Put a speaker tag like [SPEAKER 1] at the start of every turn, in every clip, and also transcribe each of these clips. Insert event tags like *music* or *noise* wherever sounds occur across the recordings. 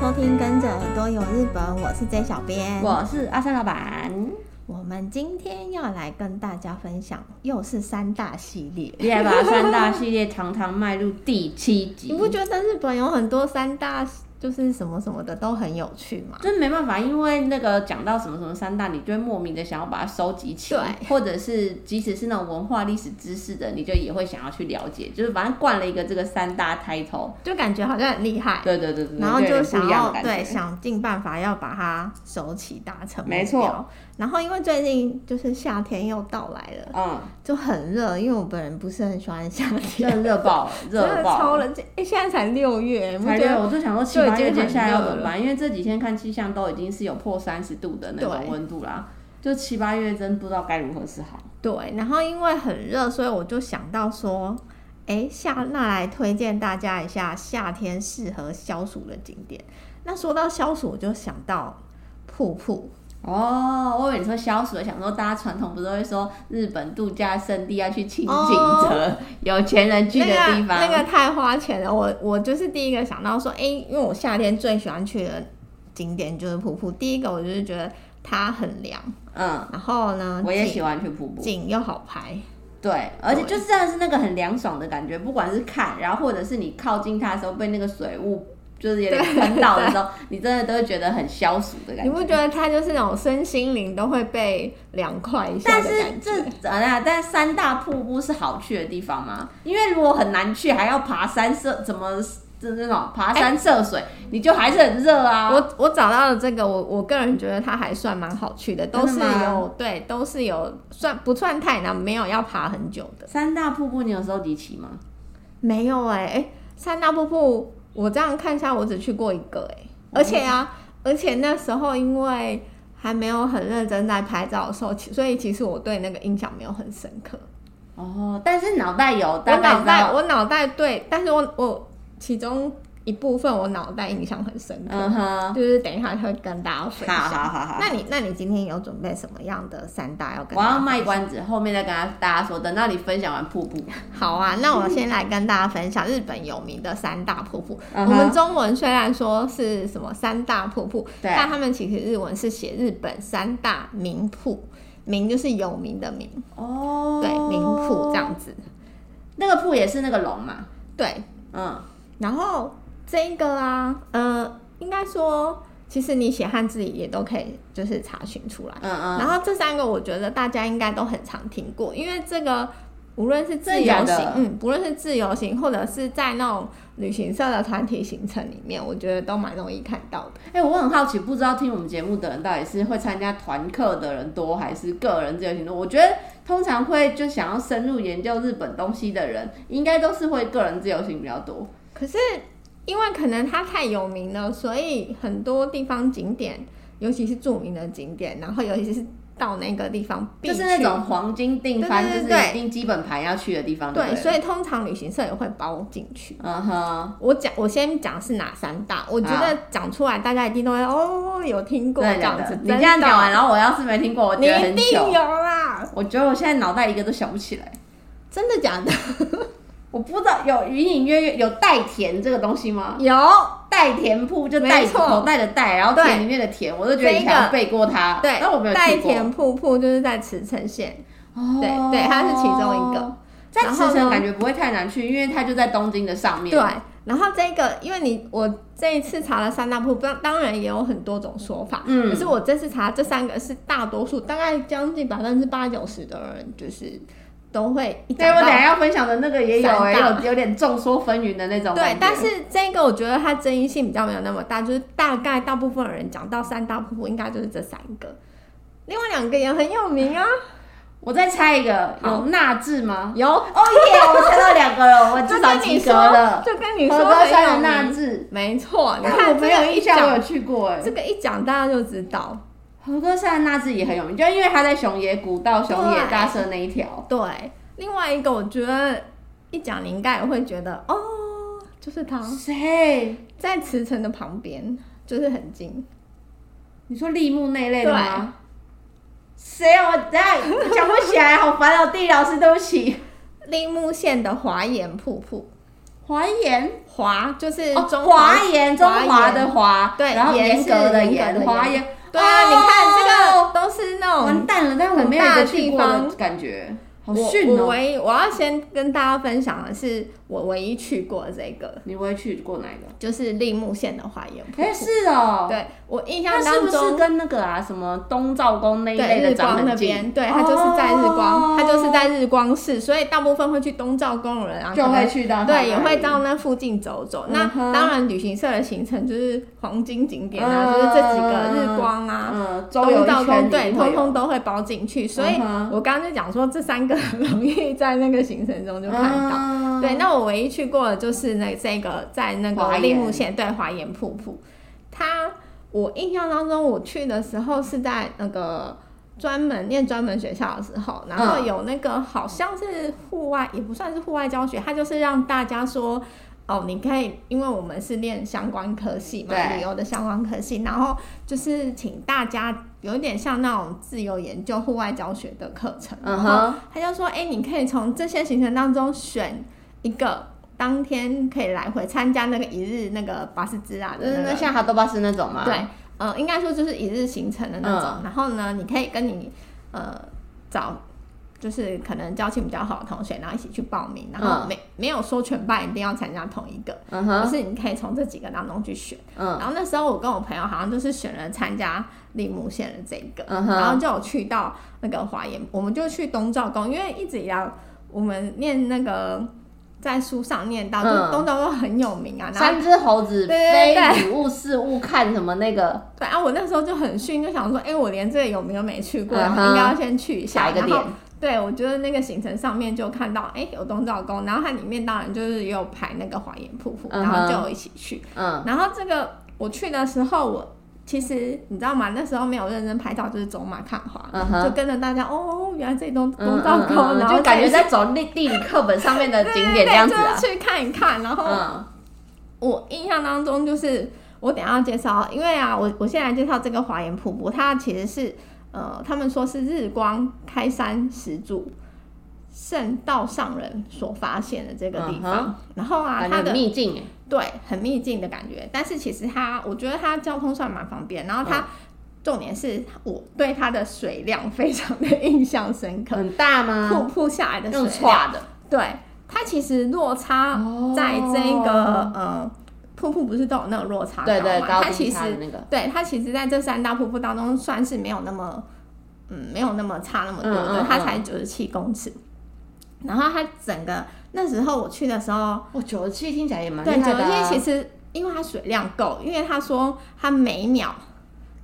[SPEAKER 1] 收听《跟着耳朵游日本》，我是 J 小编。
[SPEAKER 2] 我是阿三老板，
[SPEAKER 1] 我们今天要来跟大家分享，又是三大系列。
[SPEAKER 2] 耶把三大系列堂堂迈入第七集。
[SPEAKER 1] 你不觉得日本有很多三大就是什么什么的都很有趣吗？
[SPEAKER 2] 真没办法，因为那个讲到什么什么三大，你就会莫名的想要把它收集起来，
[SPEAKER 1] 对
[SPEAKER 2] 或者是即使是那种文化历史知识的，你就也会想要去了解，就是反正冠了一个这个三大 title，
[SPEAKER 1] 就感觉好像很厉害，
[SPEAKER 2] 对对对嗯对，
[SPEAKER 1] 然后就
[SPEAKER 2] 有点不
[SPEAKER 1] 想
[SPEAKER 2] 一样
[SPEAKER 1] 要
[SPEAKER 2] 的感觉
[SPEAKER 1] 对想尽办法要把它手起达成目标
[SPEAKER 2] 没错。
[SPEAKER 1] 然后因为最近就是夏天又到来了，
[SPEAKER 2] 嗯，
[SPEAKER 1] 就很热，因为我本人不是很喜欢夏天，
[SPEAKER 2] 真的热爆了，
[SPEAKER 1] *laughs* 真
[SPEAKER 2] 热
[SPEAKER 1] 的
[SPEAKER 2] 爆
[SPEAKER 1] 超
[SPEAKER 2] 了。
[SPEAKER 1] 冷。哎、现在才六月，你不
[SPEAKER 2] 才
[SPEAKER 1] 觉
[SPEAKER 2] 热，
[SPEAKER 1] 得
[SPEAKER 2] 我就想说七
[SPEAKER 1] 就已
[SPEAKER 2] 八
[SPEAKER 1] 经
[SPEAKER 2] 月接
[SPEAKER 1] 很
[SPEAKER 2] 下来要
[SPEAKER 1] 热
[SPEAKER 2] 怎么办？因为这几天看气象都已经是有破三十度的那种
[SPEAKER 1] 对
[SPEAKER 2] 温度啦，就七八月真不知道该如何是好。
[SPEAKER 1] 对，然后因为很热，所以我就想到说，哎，夏那来推荐大家一下夏天适合消暑的景点。那说到消暑，我就想到瀑布，
[SPEAKER 2] 哦，我以为你说消暑，想说大家传统不是会说日本度假胜地要去清景
[SPEAKER 1] 哦
[SPEAKER 2] 泽、有钱人去的地方？
[SPEAKER 1] 那个那个太花钱了。我我就是第一个想到说，哎，因为我夏天最喜欢去的景点就是瀑布。第一个我就是觉得它很凉，
[SPEAKER 2] 嗯，
[SPEAKER 1] 然后呢，
[SPEAKER 2] 我也
[SPEAKER 1] 景
[SPEAKER 2] 喜欢去瀑布。
[SPEAKER 1] 景又好拍，
[SPEAKER 2] 对，而且就是真的是那个很凉爽的感觉，不管是看，然后或者是你靠近它的时候被那个水雾就是有点喷到的时 *laughs* 候，你真的都会觉得很消暑的感
[SPEAKER 1] 你
[SPEAKER 2] 觉。
[SPEAKER 1] 不觉得它就是那种身心灵都会被凉快一下
[SPEAKER 2] 但
[SPEAKER 1] 的
[SPEAKER 2] 是
[SPEAKER 1] 感觉？
[SPEAKER 2] 这啊，那但三大瀑布是好去的地方吗？因为如果很难去，还要爬山涉怎么这那种爬山涉水，你就还是很热啊。
[SPEAKER 1] 我我找到了这个，我我个人觉得它还算蛮好去的，都是
[SPEAKER 2] 真的吗
[SPEAKER 1] 有对，都是有算不算太难，没有要爬很久的，
[SPEAKER 2] 三大瀑布你有收集齐吗？
[SPEAKER 1] 没有哎、哎、三大瀑布，我这样看一下，我只去过一个哎、而且啊，而且那时候因为还没有很认真在拍照的时候，其所以其实我对那个印象没有很深刻，
[SPEAKER 2] 哦，但是脑袋有，
[SPEAKER 1] 我
[SPEAKER 2] 大概
[SPEAKER 1] 脑
[SPEAKER 2] 知
[SPEAKER 1] 袋
[SPEAKER 2] 道。
[SPEAKER 1] 我脑袋对，但是我我其中一部分我脑袋印象很深刻。
[SPEAKER 2] 嗯哼，
[SPEAKER 1] 就是等一下会跟大家分享。
[SPEAKER 2] 好好好好。
[SPEAKER 1] 那你那你今天有准备什么样的三大要跟大家
[SPEAKER 2] 我
[SPEAKER 1] 分
[SPEAKER 2] 要
[SPEAKER 1] 享？
[SPEAKER 2] 卖关子，后面再跟大家说。等到你分享完瀑布，
[SPEAKER 1] *laughs* 好啊，那我先来跟大家分享日本有名的三大瀑布。
[SPEAKER 2] 嗯
[SPEAKER 1] 我
[SPEAKER 2] 哼
[SPEAKER 1] 们中文虽然说是什么三大瀑布，
[SPEAKER 2] 对
[SPEAKER 1] 但他们其实日文是写日本三大名瀑，名就是有名的名，
[SPEAKER 2] 哦
[SPEAKER 1] 对，名瀑这。样子。
[SPEAKER 2] 那个瀑也是那个龙嘛，
[SPEAKER 1] 对，
[SPEAKER 2] 嗯，
[SPEAKER 1] 然后这一个啊，呃，应该说，其实你写汉字也都可以，就是查询出来。
[SPEAKER 2] 嗯嗯
[SPEAKER 1] 然后这三个我觉得大家应该都很常听过，因为这个无论是自由
[SPEAKER 2] 真的假
[SPEAKER 1] 行
[SPEAKER 2] 的，
[SPEAKER 1] 嗯，不论是自由行或者是在那种旅行社的团体行程里面，我觉得都蛮容易看到的。
[SPEAKER 2] 哎、我很好奇，不知道听我们节目的人到底是会参加团课的人多，还是个人自由行动？我觉得通常会就想要深入研究日本东西的人，应该都是会个人自由行比较多。
[SPEAKER 1] 可是因为可能它太有名了，所以很多地方景点，尤其是著名的景点，然后尤其是到那个地方必
[SPEAKER 2] 就是
[SPEAKER 1] 去
[SPEAKER 2] 那种黄金定番，
[SPEAKER 1] 对对对
[SPEAKER 2] 就是
[SPEAKER 1] 对
[SPEAKER 2] 一定基本盘要去的地方就
[SPEAKER 1] 对，
[SPEAKER 2] 对了，
[SPEAKER 1] 所以通常旅行社也会包进去。
[SPEAKER 2] 嗯哼，
[SPEAKER 1] 我讲，我先讲是哪三大，我觉
[SPEAKER 2] 好
[SPEAKER 1] 得讲出来大家一定都会哦，有听过
[SPEAKER 2] 啊
[SPEAKER 1] 这
[SPEAKER 2] 真的假
[SPEAKER 1] 样
[SPEAKER 2] 的
[SPEAKER 1] 子。
[SPEAKER 2] 你
[SPEAKER 1] 真
[SPEAKER 2] 这样
[SPEAKER 1] 的
[SPEAKER 2] 讲完，然后我要是没听过，我
[SPEAKER 1] 你
[SPEAKER 2] 觉得
[SPEAKER 1] 一
[SPEAKER 2] 很
[SPEAKER 1] 定有
[SPEAKER 2] 糗。
[SPEAKER 1] 啦，
[SPEAKER 2] 我觉得我现在脑袋一个都想不起来，
[SPEAKER 1] 真的假的？
[SPEAKER 2] 我不知道有隐隐约约有带甜这个东西吗？
[SPEAKER 1] *laughs* 有，
[SPEAKER 2] 带甜铺就带
[SPEAKER 1] 没错
[SPEAKER 2] 口袋的带，然后
[SPEAKER 1] 对
[SPEAKER 2] 甜里面的甜，我就觉得以前有背过它，
[SPEAKER 1] 对，
[SPEAKER 2] 但我没有
[SPEAKER 1] 代
[SPEAKER 2] 去过。
[SPEAKER 1] 田瀑布就是在茨城县，
[SPEAKER 2] 哦
[SPEAKER 1] 对对它是其中一个。
[SPEAKER 2] 在
[SPEAKER 1] 然后
[SPEAKER 2] 池城
[SPEAKER 1] 呢
[SPEAKER 2] 感觉不会太难去，因为它就在东京的上面。
[SPEAKER 1] 对。然后这个，因为你我这一次查了三大瀑布，当当然也有很多种说法，
[SPEAKER 2] 嗯
[SPEAKER 1] 可是我这次查这三个是大多数，大概将近百分之八九十的人就是都会一
[SPEAKER 2] 对，
[SPEAKER 1] 讲
[SPEAKER 2] 我
[SPEAKER 1] 到
[SPEAKER 2] 等一下要分享的那个也有、
[SPEAKER 1] 散
[SPEAKER 2] 欸，
[SPEAKER 1] 大
[SPEAKER 2] 有有点众说纷纭的那种感
[SPEAKER 1] 对
[SPEAKER 2] 觉。，
[SPEAKER 1] 但是这个我觉得它争议性比较没有那么大，就是大概大部分人讲到三大瀑布，应该就是这三个，另外两个也很有名啊，
[SPEAKER 2] 我再猜一个，
[SPEAKER 1] 好
[SPEAKER 2] 有纳智吗？
[SPEAKER 1] 有
[SPEAKER 2] 哦 *laughs* 耶！我猜到两个了，我至少及格了。
[SPEAKER 1] 就跟你说
[SPEAKER 2] 和歌山的
[SPEAKER 1] 很有
[SPEAKER 2] 纳
[SPEAKER 1] 名，
[SPEAKER 2] 智，
[SPEAKER 1] 没错，你
[SPEAKER 2] 但
[SPEAKER 1] 看
[SPEAKER 2] 我没
[SPEAKER 1] 这个
[SPEAKER 2] 有印象我
[SPEAKER 1] 讲
[SPEAKER 2] 有去过哎、
[SPEAKER 1] 这个一讲大家就知道，
[SPEAKER 2] 和歌山的纳智也很有名，就因为它在熊野古道、熊野
[SPEAKER 1] 对
[SPEAKER 2] 大社那一条。
[SPEAKER 1] 对。另外一个我觉得一讲你应该也会觉得哦，就是它
[SPEAKER 2] 谁？
[SPEAKER 1] 在茨城的旁边，就是很近，
[SPEAKER 2] 你说立木那一类的吗？谁啊？我等下想不起来，好烦哦，地理老师，对不起。
[SPEAKER 1] 立木县的华岩瀑布。
[SPEAKER 2] 华严
[SPEAKER 1] 华就是
[SPEAKER 2] 哦，
[SPEAKER 1] 中
[SPEAKER 2] 华严中华
[SPEAKER 1] 严
[SPEAKER 2] 的华，
[SPEAKER 1] 对
[SPEAKER 2] 然后
[SPEAKER 1] 严
[SPEAKER 2] 严
[SPEAKER 1] 是
[SPEAKER 2] 格的
[SPEAKER 1] 严格的
[SPEAKER 2] 华
[SPEAKER 1] 严
[SPEAKER 2] 严。
[SPEAKER 1] 对啊，你看
[SPEAKER 2] 哦
[SPEAKER 1] 这个都是那种
[SPEAKER 2] 完蛋了，但我没有一
[SPEAKER 1] 很大
[SPEAKER 2] 个
[SPEAKER 1] 的
[SPEAKER 2] 去
[SPEAKER 1] 地
[SPEAKER 2] 过的
[SPEAKER 1] 方
[SPEAKER 2] 感觉，好
[SPEAKER 1] 我
[SPEAKER 2] 逊
[SPEAKER 1] 我
[SPEAKER 2] 哦。
[SPEAKER 1] 唯一我要先跟大家分享的是，我唯一去过的这个
[SPEAKER 2] 你会去过哪一个？
[SPEAKER 1] 就是立木县的华严瀑
[SPEAKER 2] 哎，是哦，
[SPEAKER 1] 对我印象
[SPEAKER 2] 那是
[SPEAKER 1] 当
[SPEAKER 2] 不是
[SPEAKER 1] 中，
[SPEAKER 2] 跟那个啊什么东照宫那一
[SPEAKER 1] 对
[SPEAKER 2] 类的
[SPEAKER 1] 日
[SPEAKER 2] 长
[SPEAKER 1] 光那
[SPEAKER 2] 很近？
[SPEAKER 1] 边，对，它就是在日光，
[SPEAKER 2] 哦
[SPEAKER 1] 它就是在日光市，所以大部分会去东照宫的人啊，
[SPEAKER 2] 就
[SPEAKER 1] 可能
[SPEAKER 2] 会去到它那里，
[SPEAKER 1] 对，也会到那附近走走。那
[SPEAKER 2] 嗯哼
[SPEAKER 1] 当然，旅行社的行程就是黄金景点啊，
[SPEAKER 2] 嗯
[SPEAKER 1] 就是这几个日光啊、
[SPEAKER 2] 嗯，周
[SPEAKER 1] 东
[SPEAKER 2] 游一
[SPEAKER 1] 照
[SPEAKER 2] 圈
[SPEAKER 1] 宫，
[SPEAKER 2] 你
[SPEAKER 1] 对，
[SPEAKER 2] 会有
[SPEAKER 1] 通通都会包进去。所以
[SPEAKER 2] 嗯哼
[SPEAKER 1] 我刚刚就讲说，这三个 *laughs* 很容易在那个行程中就看到。
[SPEAKER 2] 到
[SPEAKER 1] 对，那我唯一去过的就是那这个在那
[SPEAKER 2] 哦华
[SPEAKER 1] 个
[SPEAKER 2] 岩
[SPEAKER 1] 立木县对华岩瀑布，它我印象当中我去的时候是在那个专门念专门学校的时候，然后
[SPEAKER 2] 嗯
[SPEAKER 1] 有那个好像是户外，也不算是户外教学，它就是让大家说。哦，你可以，因为我们是念相关科系嘛，
[SPEAKER 2] 对
[SPEAKER 1] 旅游的相关科系，然后 *laughs* 就是请大家有点像那种自由研究、户外教学的课程，
[SPEAKER 2] 嗯
[SPEAKER 1] 然后
[SPEAKER 2] 哼，
[SPEAKER 1] 他就说：“哎、你可以从这些行程当中选一个，当天可以来回参加那个一日那个巴士之啊
[SPEAKER 2] 就
[SPEAKER 1] 的
[SPEAKER 2] 是
[SPEAKER 1] 那
[SPEAKER 2] 嗯那
[SPEAKER 1] 个，
[SPEAKER 2] 像哈多巴斯那种嘛，
[SPEAKER 1] 对，呃，应该说就是一日行程的那种。
[SPEAKER 2] 嗯
[SPEAKER 1] 然后呢，你可以跟你呃找。”就是可能交情比较好的同学，然后一起去报名，然后
[SPEAKER 2] 嗯
[SPEAKER 1] 没、没有说全班一定要参加同一个，
[SPEAKER 2] 嗯
[SPEAKER 1] 而
[SPEAKER 2] 哼，
[SPEAKER 1] 是你可以从这几个当中去选。
[SPEAKER 2] 嗯
[SPEAKER 1] 然后那时候我跟我朋友好像就是选了参加立木县的这一个，
[SPEAKER 2] 嗯哼
[SPEAKER 1] 然后就有去到那个华严，我们就去东照宫，因为一直以来我们念那个在书上念到，
[SPEAKER 2] 嗯
[SPEAKER 1] 就东照宫很有名啊。然后
[SPEAKER 2] 三只猴子
[SPEAKER 1] 对对
[SPEAKER 2] 非
[SPEAKER 1] 对
[SPEAKER 2] 礼物事物看什么那个
[SPEAKER 1] 对啊，我那时候就很逊，就想说，哎、我连这个有没有没去过，
[SPEAKER 2] 嗯哼
[SPEAKER 1] 然后应该要先去一下。
[SPEAKER 2] 下一个
[SPEAKER 1] 然
[SPEAKER 2] 点
[SPEAKER 1] 后，对，我觉得那个行程上面就看到，哎、有东照宫，然后它里面当然就是也有排那个华严瀑布，然
[SPEAKER 2] 嗯
[SPEAKER 1] 后
[SPEAKER 2] 哼
[SPEAKER 1] 就有一起去。
[SPEAKER 2] 嗯
[SPEAKER 1] 然后这个我去的时候，我其实你知道吗？那时候没有认真拍照，就是走马看花，
[SPEAKER 2] 嗯哼
[SPEAKER 1] 就跟着大家哦，原来这里东
[SPEAKER 2] 嗯
[SPEAKER 1] 东照
[SPEAKER 2] 嗯
[SPEAKER 1] 宫，
[SPEAKER 2] 嗯嗯
[SPEAKER 1] 然后
[SPEAKER 2] 就感觉
[SPEAKER 1] 这里
[SPEAKER 2] 在走地地理课本上面的
[SPEAKER 1] 是
[SPEAKER 2] 景点这样子啊
[SPEAKER 1] 对，对对就是去看一看。然后
[SPEAKER 2] 嗯
[SPEAKER 1] 我印象当中就是我等一下要介绍，因为啊，我我现在介绍这个华严瀑布，它其实是呃，他们说是日光开山始祖。圣道上人所发现的这个地
[SPEAKER 2] 嗯
[SPEAKER 1] 方
[SPEAKER 2] 哼
[SPEAKER 1] 然后啊，
[SPEAKER 2] 感
[SPEAKER 1] 它
[SPEAKER 2] 觉
[SPEAKER 1] 的
[SPEAKER 2] 很秘境哎，
[SPEAKER 1] 对，很秘境的感觉。但是其实它，我觉得它交通算蛮方便，然后它、
[SPEAKER 2] 嗯
[SPEAKER 1] 重点是我对它的水量非常的印象深刻，
[SPEAKER 2] 很大
[SPEAKER 1] 瀑
[SPEAKER 2] 吗？
[SPEAKER 1] 布下来的水
[SPEAKER 2] 嗯用
[SPEAKER 1] 量，
[SPEAKER 2] 歘的，
[SPEAKER 1] 对它其实落差
[SPEAKER 2] 哦
[SPEAKER 1] 在这个、呃瀑布不是都有那个落差
[SPEAKER 2] 对
[SPEAKER 1] 高
[SPEAKER 2] 对，
[SPEAKER 1] 吗
[SPEAKER 2] 高
[SPEAKER 1] 它
[SPEAKER 2] 低
[SPEAKER 1] 其
[SPEAKER 2] 差的
[SPEAKER 1] 实
[SPEAKER 2] 那个，
[SPEAKER 1] 对它其实在这三大瀑布当中算是没有那么嗯没有那么差那么多
[SPEAKER 2] 嗯
[SPEAKER 1] 的，
[SPEAKER 2] 嗯
[SPEAKER 1] 它
[SPEAKER 2] 嗯
[SPEAKER 1] 才九十七公尺。然后它整个那时候我去的时候，
[SPEAKER 2] 哇，九十七听起来也蛮厉
[SPEAKER 1] 对，九
[SPEAKER 2] 害
[SPEAKER 1] 十
[SPEAKER 2] 的啊，
[SPEAKER 1] 七其实因为它水量够，因为他说他每秒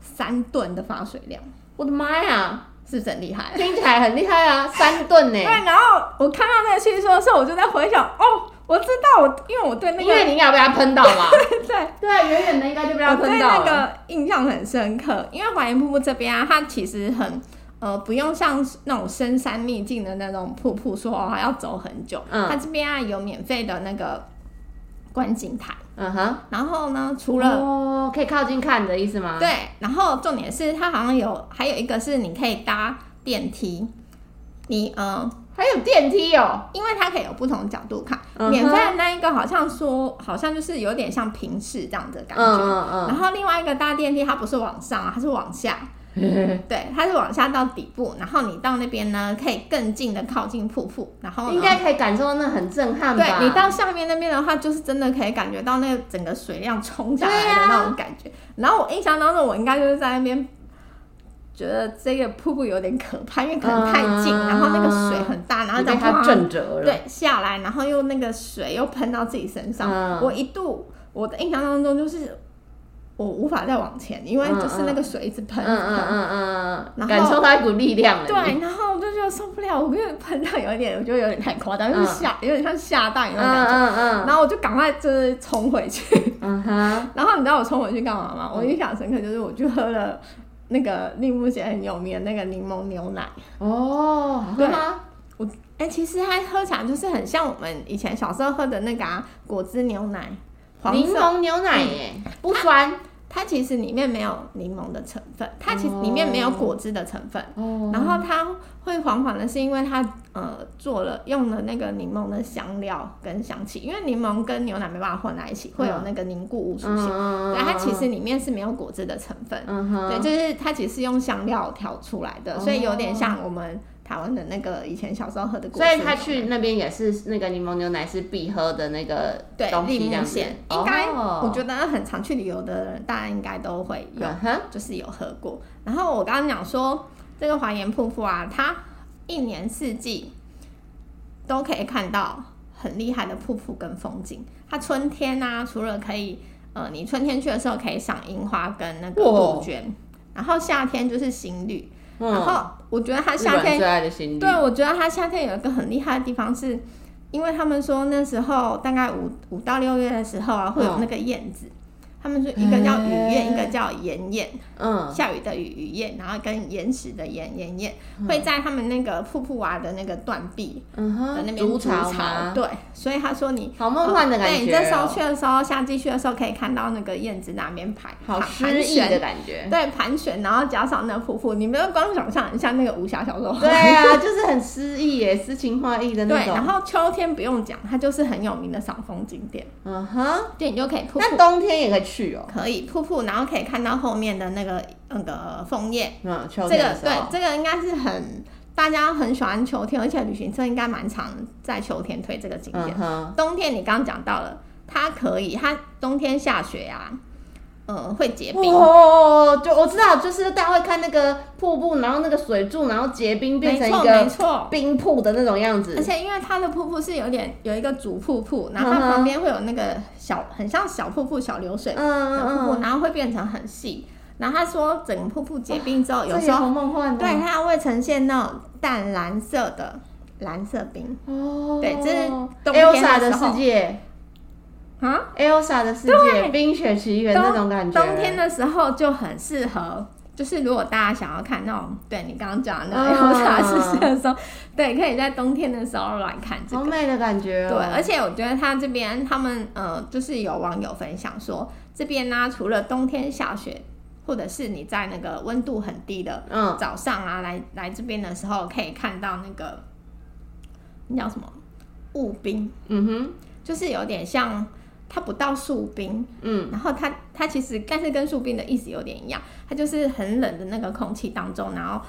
[SPEAKER 1] 三吨的发水量，
[SPEAKER 2] 我的妈 *laughs* 呀，
[SPEAKER 1] 是不是很厉害？
[SPEAKER 2] 听起来很厉害啊，三顿
[SPEAKER 1] *laughs*
[SPEAKER 2] 呢
[SPEAKER 1] 对，，然后我看到那个叙述的时候，我就在回想，哦，我知道，我因为我对那
[SPEAKER 2] 因
[SPEAKER 1] 个
[SPEAKER 2] 为你应该有被它喷到嘛，
[SPEAKER 1] *laughs* 对。
[SPEAKER 2] *laughs* 对，远远的应该就被它
[SPEAKER 1] 我对
[SPEAKER 2] 喷到
[SPEAKER 1] 那
[SPEAKER 2] 了，
[SPEAKER 1] 个印象很深刻，因为华岩瀑布这边啊，它其实很呃，不用像那种深山秘境的那种瀑布说哦要走很久，
[SPEAKER 2] 嗯
[SPEAKER 1] 它这边啊有免费的那个观景台，
[SPEAKER 2] 嗯哼，
[SPEAKER 1] 然后呢，除了
[SPEAKER 2] 哦，可以靠近看的意思吗？
[SPEAKER 1] 对，然后重点是它好像有还有一个是你可以搭电梯，你呃，
[SPEAKER 2] 还有电梯哦，
[SPEAKER 1] 因为它可以有不同角度看，
[SPEAKER 2] 嗯哼
[SPEAKER 1] 免费的那一个好像说好像就是有点像平视这样子的感觉。然
[SPEAKER 2] 嗯
[SPEAKER 1] 后另外一个搭电梯，它不是往上啊，它是往下，
[SPEAKER 2] *laughs* 嗯
[SPEAKER 1] 对，它是往下到底部，然后你到那边呢，可以更近的靠近瀑布，然后
[SPEAKER 2] 嗯，
[SPEAKER 1] 呢
[SPEAKER 2] 应该可以感受到那很震撼吧？
[SPEAKER 1] 对你到下面那边的话，就是真的可以感觉到那个整个水量冲下来的
[SPEAKER 2] 对啊
[SPEAKER 1] 那种感觉。然后我印象当中，我应该就是在那边觉得这个瀑布有点可怕，因为可能太近，
[SPEAKER 2] 嗯
[SPEAKER 1] 然后那个水很大，然后
[SPEAKER 2] 你被
[SPEAKER 1] 再
[SPEAKER 2] 它震折了，，
[SPEAKER 1] 对下来，然后又那个水又喷到自己身上。
[SPEAKER 2] 嗯
[SPEAKER 1] 我一度我的印象当中就是我无法再往前，因为就是那个水一直喷。
[SPEAKER 2] 嗯嗯嗯嗯
[SPEAKER 1] 然后
[SPEAKER 2] 嗯，感受到一股力量了，你，
[SPEAKER 1] 对，然后我就觉得受不了，我跟喷到有一点，我觉得有点太夸张，就是吓，有点像吓到你那种感觉。
[SPEAKER 2] 嗯嗯嗯
[SPEAKER 1] 然后我就赶快就是冲回去， *laughs*
[SPEAKER 2] 嗯哼，
[SPEAKER 1] 然后你知道我冲回去干嘛
[SPEAKER 2] 嗯
[SPEAKER 1] 吗？我印象深刻就是我去喝了那个利木县很有名的那个柠檬牛奶，
[SPEAKER 2] 哦，好喝吗？
[SPEAKER 1] 哎、其实它喝起来就是很像我们以前小时候喝的那个、啊、果汁牛奶，黄
[SPEAKER 2] 柠
[SPEAKER 1] 色，
[SPEAKER 2] 檬牛奶耶，不酸，
[SPEAKER 1] 它其实里面没有柠檬的成分，它其实
[SPEAKER 2] 哦
[SPEAKER 1] 里面没有果汁的成分。
[SPEAKER 2] 哦，
[SPEAKER 1] 然后它会黄黄的，是因为它呃做了用了那个柠檬的香料跟香气，因为柠檬跟牛奶没办法混在一起，会有那个凝固物出现。
[SPEAKER 2] 嗯
[SPEAKER 1] 对，它其实里面是没有果汁的成分，
[SPEAKER 2] 嗯哼，
[SPEAKER 1] 对，就是它其实是用香料调出来的，所以有点
[SPEAKER 2] 哦
[SPEAKER 1] 像我们台湾的那个以前小时候喝的果汁
[SPEAKER 2] 所
[SPEAKER 1] 牛奶。
[SPEAKER 2] 以他去那边也是那个柠檬牛奶是必喝的那个
[SPEAKER 1] 对
[SPEAKER 2] 东
[SPEAKER 1] 立
[SPEAKER 2] 西这
[SPEAKER 1] 木
[SPEAKER 2] 样子
[SPEAKER 1] 县，，应该、
[SPEAKER 2] 哦
[SPEAKER 1] 我觉得很常去旅游的人，大家应该都会有，
[SPEAKER 2] 嗯哼，
[SPEAKER 1] 就是有喝过。然后我刚刚讲说，这个华岩瀑布啊，它一年四季都可以看到很厉害的瀑布跟风景。它春天啊，除了可以呃，你春天去的时候可以赏樱花跟那个
[SPEAKER 2] 哇
[SPEAKER 1] 杜鹃，然后夏天就是行旅，
[SPEAKER 2] 嗯
[SPEAKER 1] 然后我觉得它
[SPEAKER 2] 日
[SPEAKER 1] 夏
[SPEAKER 2] 本
[SPEAKER 1] 天
[SPEAKER 2] 最爱的行李，
[SPEAKER 1] 对，我觉得它夏天有一个很厉害的地方是，因为他们说那时候大概五五到六月的时候啊，会有那个燕子。他们说一个叫雨燕，
[SPEAKER 2] 嘿
[SPEAKER 1] 一个叫盐燕，
[SPEAKER 2] 嗯，
[SPEAKER 1] 下雨的雨雨燕，然后跟岩石的岩岩燕，会在他们那个瀑布啊的那个断壁
[SPEAKER 2] 嗯
[SPEAKER 1] 的
[SPEAKER 2] 哼，
[SPEAKER 1] 那边筑
[SPEAKER 2] 巢
[SPEAKER 1] 巢。
[SPEAKER 2] 吗？
[SPEAKER 1] 对，所以他说你
[SPEAKER 2] 好梦幻的感觉、哦
[SPEAKER 1] 对你这时候去的时候，夏季去的时候可以看到那个燕子那边盘
[SPEAKER 2] 好
[SPEAKER 1] 盘
[SPEAKER 2] 诗
[SPEAKER 1] 盘
[SPEAKER 2] 意的
[SPEAKER 1] 旋，
[SPEAKER 2] 感觉。
[SPEAKER 1] 对盘旋，然后加上那个瀑布，你没有光想象一下那个武侠小 *laughs* 说。
[SPEAKER 2] 对啊，就是很诗意耶，诗情画意的那
[SPEAKER 1] 对，
[SPEAKER 2] 种
[SPEAKER 1] 然。后秋天不用讲，它就是很有名的赏枫景点，
[SPEAKER 2] 嗯哼，
[SPEAKER 1] 对你就可以瀑
[SPEAKER 2] 那
[SPEAKER 1] 布，
[SPEAKER 2] 冬天也可以去哦。
[SPEAKER 1] 可以瀑布，然后可以看到后面的那个那个枫叶。
[SPEAKER 2] 嗯，秋
[SPEAKER 1] 这
[SPEAKER 2] 天
[SPEAKER 1] 个
[SPEAKER 2] 的时
[SPEAKER 1] 对
[SPEAKER 2] 候，，
[SPEAKER 1] 这个应该是很大家很喜欢秋天，而且旅行社应该蛮常在秋天推这个景
[SPEAKER 2] 嗯
[SPEAKER 1] 点。
[SPEAKER 2] 哼，
[SPEAKER 1] 冬天你刚刚讲到了，它可以，它冬天下雪啊，呃，会结冰。
[SPEAKER 2] 哦，就我知道，就是大家会看那个瀑布，然后那个水柱，然后结冰变
[SPEAKER 1] 没
[SPEAKER 2] 成一
[SPEAKER 1] 错，没
[SPEAKER 2] 个
[SPEAKER 1] 错。
[SPEAKER 2] 冰瀑的那种样子
[SPEAKER 1] 而。且因为它的瀑布是有点有一个主瀑布，然后它
[SPEAKER 2] 嗯哼
[SPEAKER 1] 旁边会有那个小，很像小瀑布、小流水
[SPEAKER 2] 嗯嗯
[SPEAKER 1] 小瀑
[SPEAKER 2] 嗯
[SPEAKER 1] 布，然后会变成很细。然后他说，整个瀑布结冰之后，有
[SPEAKER 2] 这
[SPEAKER 1] 时
[SPEAKER 2] 也
[SPEAKER 1] 候
[SPEAKER 2] 好梦幻哦
[SPEAKER 1] 对它会呈现那种淡蓝色的蓝色冰
[SPEAKER 2] 哦，
[SPEAKER 1] 对这是冬天的
[SPEAKER 2] Elsa 的
[SPEAKER 1] 时候
[SPEAKER 2] 世界
[SPEAKER 1] 啊。
[SPEAKER 2] ，Elsa 的世界，冰雪奇缘那种感觉，
[SPEAKER 1] 冬天的时候就很适合，就是如果大家想要看那种，对你刚刚讲的那
[SPEAKER 2] 嗯
[SPEAKER 1] 种啥事情的时候，对，可以在冬天的时候来看这
[SPEAKER 2] 好
[SPEAKER 1] 个。
[SPEAKER 2] 美的感觉
[SPEAKER 1] 对，
[SPEAKER 2] 嗯哦。
[SPEAKER 1] 而且我觉得他这边他们呃，就是有网友分享说，这边呢、除了冬天下雪，或者是你在那个温度很低的
[SPEAKER 2] 嗯，
[SPEAKER 1] 早上啊，来来这边的时候可以看到那个那叫什么雾冰，
[SPEAKER 2] 嗯哼，
[SPEAKER 1] 就是有点像它不到树冰，
[SPEAKER 2] 嗯，
[SPEAKER 1] 然后它它其实但是跟树冰的意思有点一样，它就是很冷的那个空气当中，然后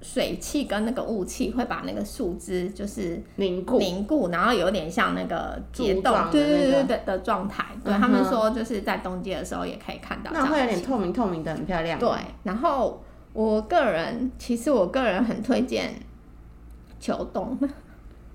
[SPEAKER 1] 水汽跟那个雾气会把那个树枝就是
[SPEAKER 2] 凝固，
[SPEAKER 1] 凝固，然后有点像那个结
[SPEAKER 2] 柱
[SPEAKER 1] 冻
[SPEAKER 2] 状，的
[SPEAKER 1] 对
[SPEAKER 2] 那
[SPEAKER 1] 对
[SPEAKER 2] 个
[SPEAKER 1] 对对的状态。对、
[SPEAKER 2] 嗯哼
[SPEAKER 1] 他们说，就是在冬季的时候也可以看到这
[SPEAKER 2] 那
[SPEAKER 1] 样
[SPEAKER 2] 会有
[SPEAKER 1] 的
[SPEAKER 2] 点
[SPEAKER 1] 情
[SPEAKER 2] 透明透明的，很漂亮。
[SPEAKER 1] 况。对，然后我个人其实我个人很推荐秋冬，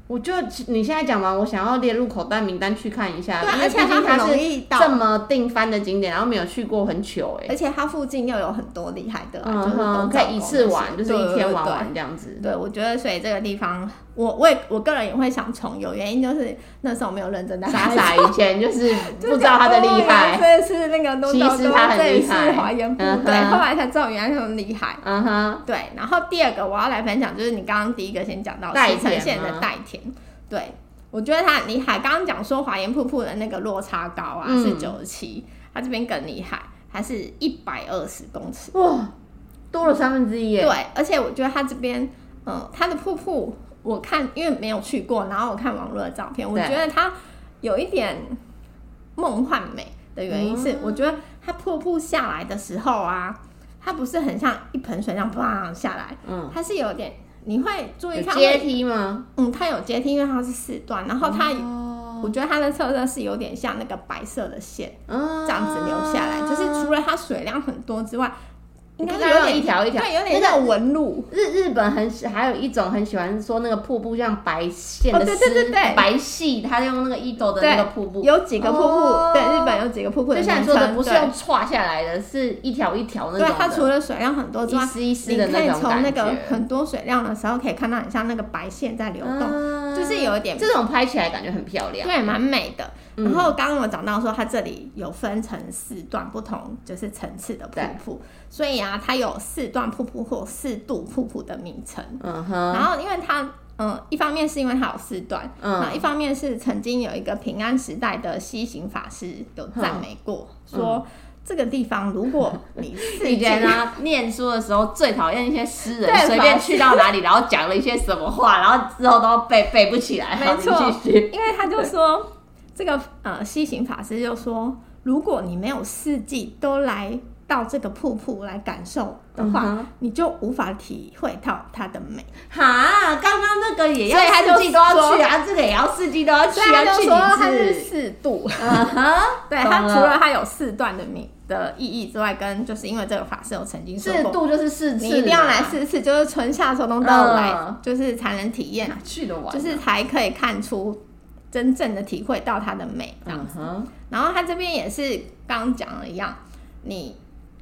[SPEAKER 2] 我就你现在讲完，我想要列入口袋名单去看一下，
[SPEAKER 1] 对，啊
[SPEAKER 2] 因为
[SPEAKER 1] 而
[SPEAKER 2] 毕
[SPEAKER 1] 且它
[SPEAKER 2] 竟它
[SPEAKER 1] 很容
[SPEAKER 2] 是
[SPEAKER 1] 易
[SPEAKER 2] 这
[SPEAKER 1] 到，
[SPEAKER 2] 么定番的景点，然后没有去过很久哎，
[SPEAKER 1] 而且它附近又有很多厉害的啊、就
[SPEAKER 2] 嗯
[SPEAKER 1] 是都
[SPEAKER 2] 哼，可以一次玩，就是一天
[SPEAKER 1] 对对
[SPEAKER 2] 玩。
[SPEAKER 1] 对
[SPEAKER 2] 完这样子。
[SPEAKER 1] 对，我觉得所以这个地方，我我也我个人也会想重游，原因就是那时候没有认真在
[SPEAKER 2] 傻
[SPEAKER 1] 看哦
[SPEAKER 2] 傻以
[SPEAKER 1] *laughs*
[SPEAKER 2] 前就是
[SPEAKER 1] 就
[SPEAKER 2] *laughs* 不知道它的厉害，
[SPEAKER 1] 这是那个都
[SPEAKER 2] 其实它很
[SPEAKER 1] 这
[SPEAKER 2] 厉
[SPEAKER 1] 里是
[SPEAKER 2] 害
[SPEAKER 1] 华研部
[SPEAKER 2] 嗯哼
[SPEAKER 1] 队，后来才知道原来很厉害。
[SPEAKER 2] 嗯哼，
[SPEAKER 1] 对，然后第二个我要来分享，就是你刚刚第一个先讲到
[SPEAKER 2] 代
[SPEAKER 1] 石
[SPEAKER 2] 田
[SPEAKER 1] 城县
[SPEAKER 2] 吗
[SPEAKER 1] 的代田，对我觉得它很厉害。刚刚讲说华研瀑布的那个落差高啊、
[SPEAKER 2] 嗯
[SPEAKER 1] 是九十七，它这边更厉害，它是一百二十公尺。
[SPEAKER 2] 哇，多了三分之一耶。
[SPEAKER 1] 对，而且我觉得它这边，嗯，它的瀑布我看因为没有去过，然后我看网络的照片，我
[SPEAKER 2] 对
[SPEAKER 1] 觉得它有一点梦幻美的原因
[SPEAKER 2] 嗯
[SPEAKER 1] 是，我觉得它瀑布下来的时候啊，它不是很像一盆水这样啪下来，
[SPEAKER 2] 嗯，
[SPEAKER 1] 它是有点你会注意
[SPEAKER 2] 有
[SPEAKER 1] 看
[SPEAKER 2] 阶
[SPEAKER 1] 会，哎
[SPEAKER 2] 梯吗？
[SPEAKER 1] 嗯，它有阶梯，因为它是四段，然后它。
[SPEAKER 2] 哦
[SPEAKER 1] 我觉得它的特色是有点像那个白色的线
[SPEAKER 2] 嗯
[SPEAKER 1] 这样子流下来，就是除了它水量很多之外，应该
[SPEAKER 2] 你
[SPEAKER 1] 是
[SPEAKER 2] 看它
[SPEAKER 1] 有
[SPEAKER 2] 有
[SPEAKER 1] 点
[SPEAKER 2] 一条一条
[SPEAKER 1] 对，有点
[SPEAKER 2] 那个
[SPEAKER 1] 像纹路。
[SPEAKER 2] 日日本很喜还有一种很喜欢说那个瀑布像白线的
[SPEAKER 1] 哦
[SPEAKER 2] 丝、
[SPEAKER 1] 对对对对
[SPEAKER 2] 白细，它用那个一斗的那个瀑布，
[SPEAKER 1] 有几个瀑布，
[SPEAKER 2] 哦
[SPEAKER 1] 对，日本有几个瀑布
[SPEAKER 2] 就
[SPEAKER 1] 名称，
[SPEAKER 2] 像你说的，不是
[SPEAKER 1] 对
[SPEAKER 2] 用歘下来的，是一条一条那
[SPEAKER 1] 对
[SPEAKER 2] 种的，
[SPEAKER 1] 它除了水量很多之
[SPEAKER 2] 一
[SPEAKER 1] 外，
[SPEAKER 2] 丝一丝
[SPEAKER 1] 你
[SPEAKER 2] 的
[SPEAKER 1] 可以
[SPEAKER 2] 种
[SPEAKER 1] 从
[SPEAKER 2] 感
[SPEAKER 1] 那
[SPEAKER 2] 觉
[SPEAKER 1] 个，很多水量的时候，可以看到很像那个白线在流动，
[SPEAKER 2] 嗯
[SPEAKER 1] 就是有一点
[SPEAKER 2] 这种拍起来感觉很漂亮。
[SPEAKER 1] 对，蛮美的。
[SPEAKER 2] 嗯
[SPEAKER 1] 然后刚刚我讲到说，它这里有分成四段不同就是层次的瀑布，所以啊，它有四段瀑布或四度瀑布的名称。
[SPEAKER 2] 嗯哼，
[SPEAKER 1] 然后因为它。嗯，一方面是因为它有四段，
[SPEAKER 2] 嗯
[SPEAKER 1] 那一方
[SPEAKER 2] 嗯
[SPEAKER 1] 面是曾经有一个平安时代的西行法师有赞美过，说这个地方，如果你
[SPEAKER 2] *laughs*
[SPEAKER 1] 是
[SPEAKER 2] 以前啊，念书的时候最讨厌一些诗人
[SPEAKER 1] 对
[SPEAKER 2] 随便去到
[SPEAKER 1] *laughs*
[SPEAKER 2] 哪里，然后讲了一些什么话，然后之后都背背不起来。
[SPEAKER 1] 没
[SPEAKER 2] 好你
[SPEAKER 1] 错
[SPEAKER 2] 继续。
[SPEAKER 1] 因为他就说，这个呃西行法师就说，如果你没有四季都来到这个瀑布来感受的话，
[SPEAKER 2] 嗯哼
[SPEAKER 1] 你就无法体会到它的
[SPEAKER 2] *laughs*
[SPEAKER 1] 美。
[SPEAKER 2] 哈，刚刚那个也要
[SPEAKER 1] 所以他就
[SPEAKER 2] 四季都要去啊，这个也要四季都要去
[SPEAKER 1] 所以他
[SPEAKER 2] 啊，
[SPEAKER 1] 就
[SPEAKER 2] 去
[SPEAKER 1] 说它
[SPEAKER 2] 几
[SPEAKER 1] 是
[SPEAKER 2] 次？
[SPEAKER 1] 四
[SPEAKER 2] *laughs*
[SPEAKER 1] 度，
[SPEAKER 2] 嗯哼，
[SPEAKER 1] 对
[SPEAKER 2] 懂
[SPEAKER 1] 它除
[SPEAKER 2] 了
[SPEAKER 1] 了它有四段的名的意义之外，跟就是因为这个法师有曾经说
[SPEAKER 2] 四
[SPEAKER 1] 过，
[SPEAKER 2] 度就是四次嘛，
[SPEAKER 1] 你一定要来四次，就是春夏秋冬都要来，
[SPEAKER 2] 嗯
[SPEAKER 1] 就是才能体验
[SPEAKER 2] 哪去的玩？啊
[SPEAKER 1] 就是才可以看出真正的体会到它的美这样
[SPEAKER 2] 嗯
[SPEAKER 1] 子。
[SPEAKER 2] 哼，
[SPEAKER 1] 然后它这边也是刚刚讲的一样，你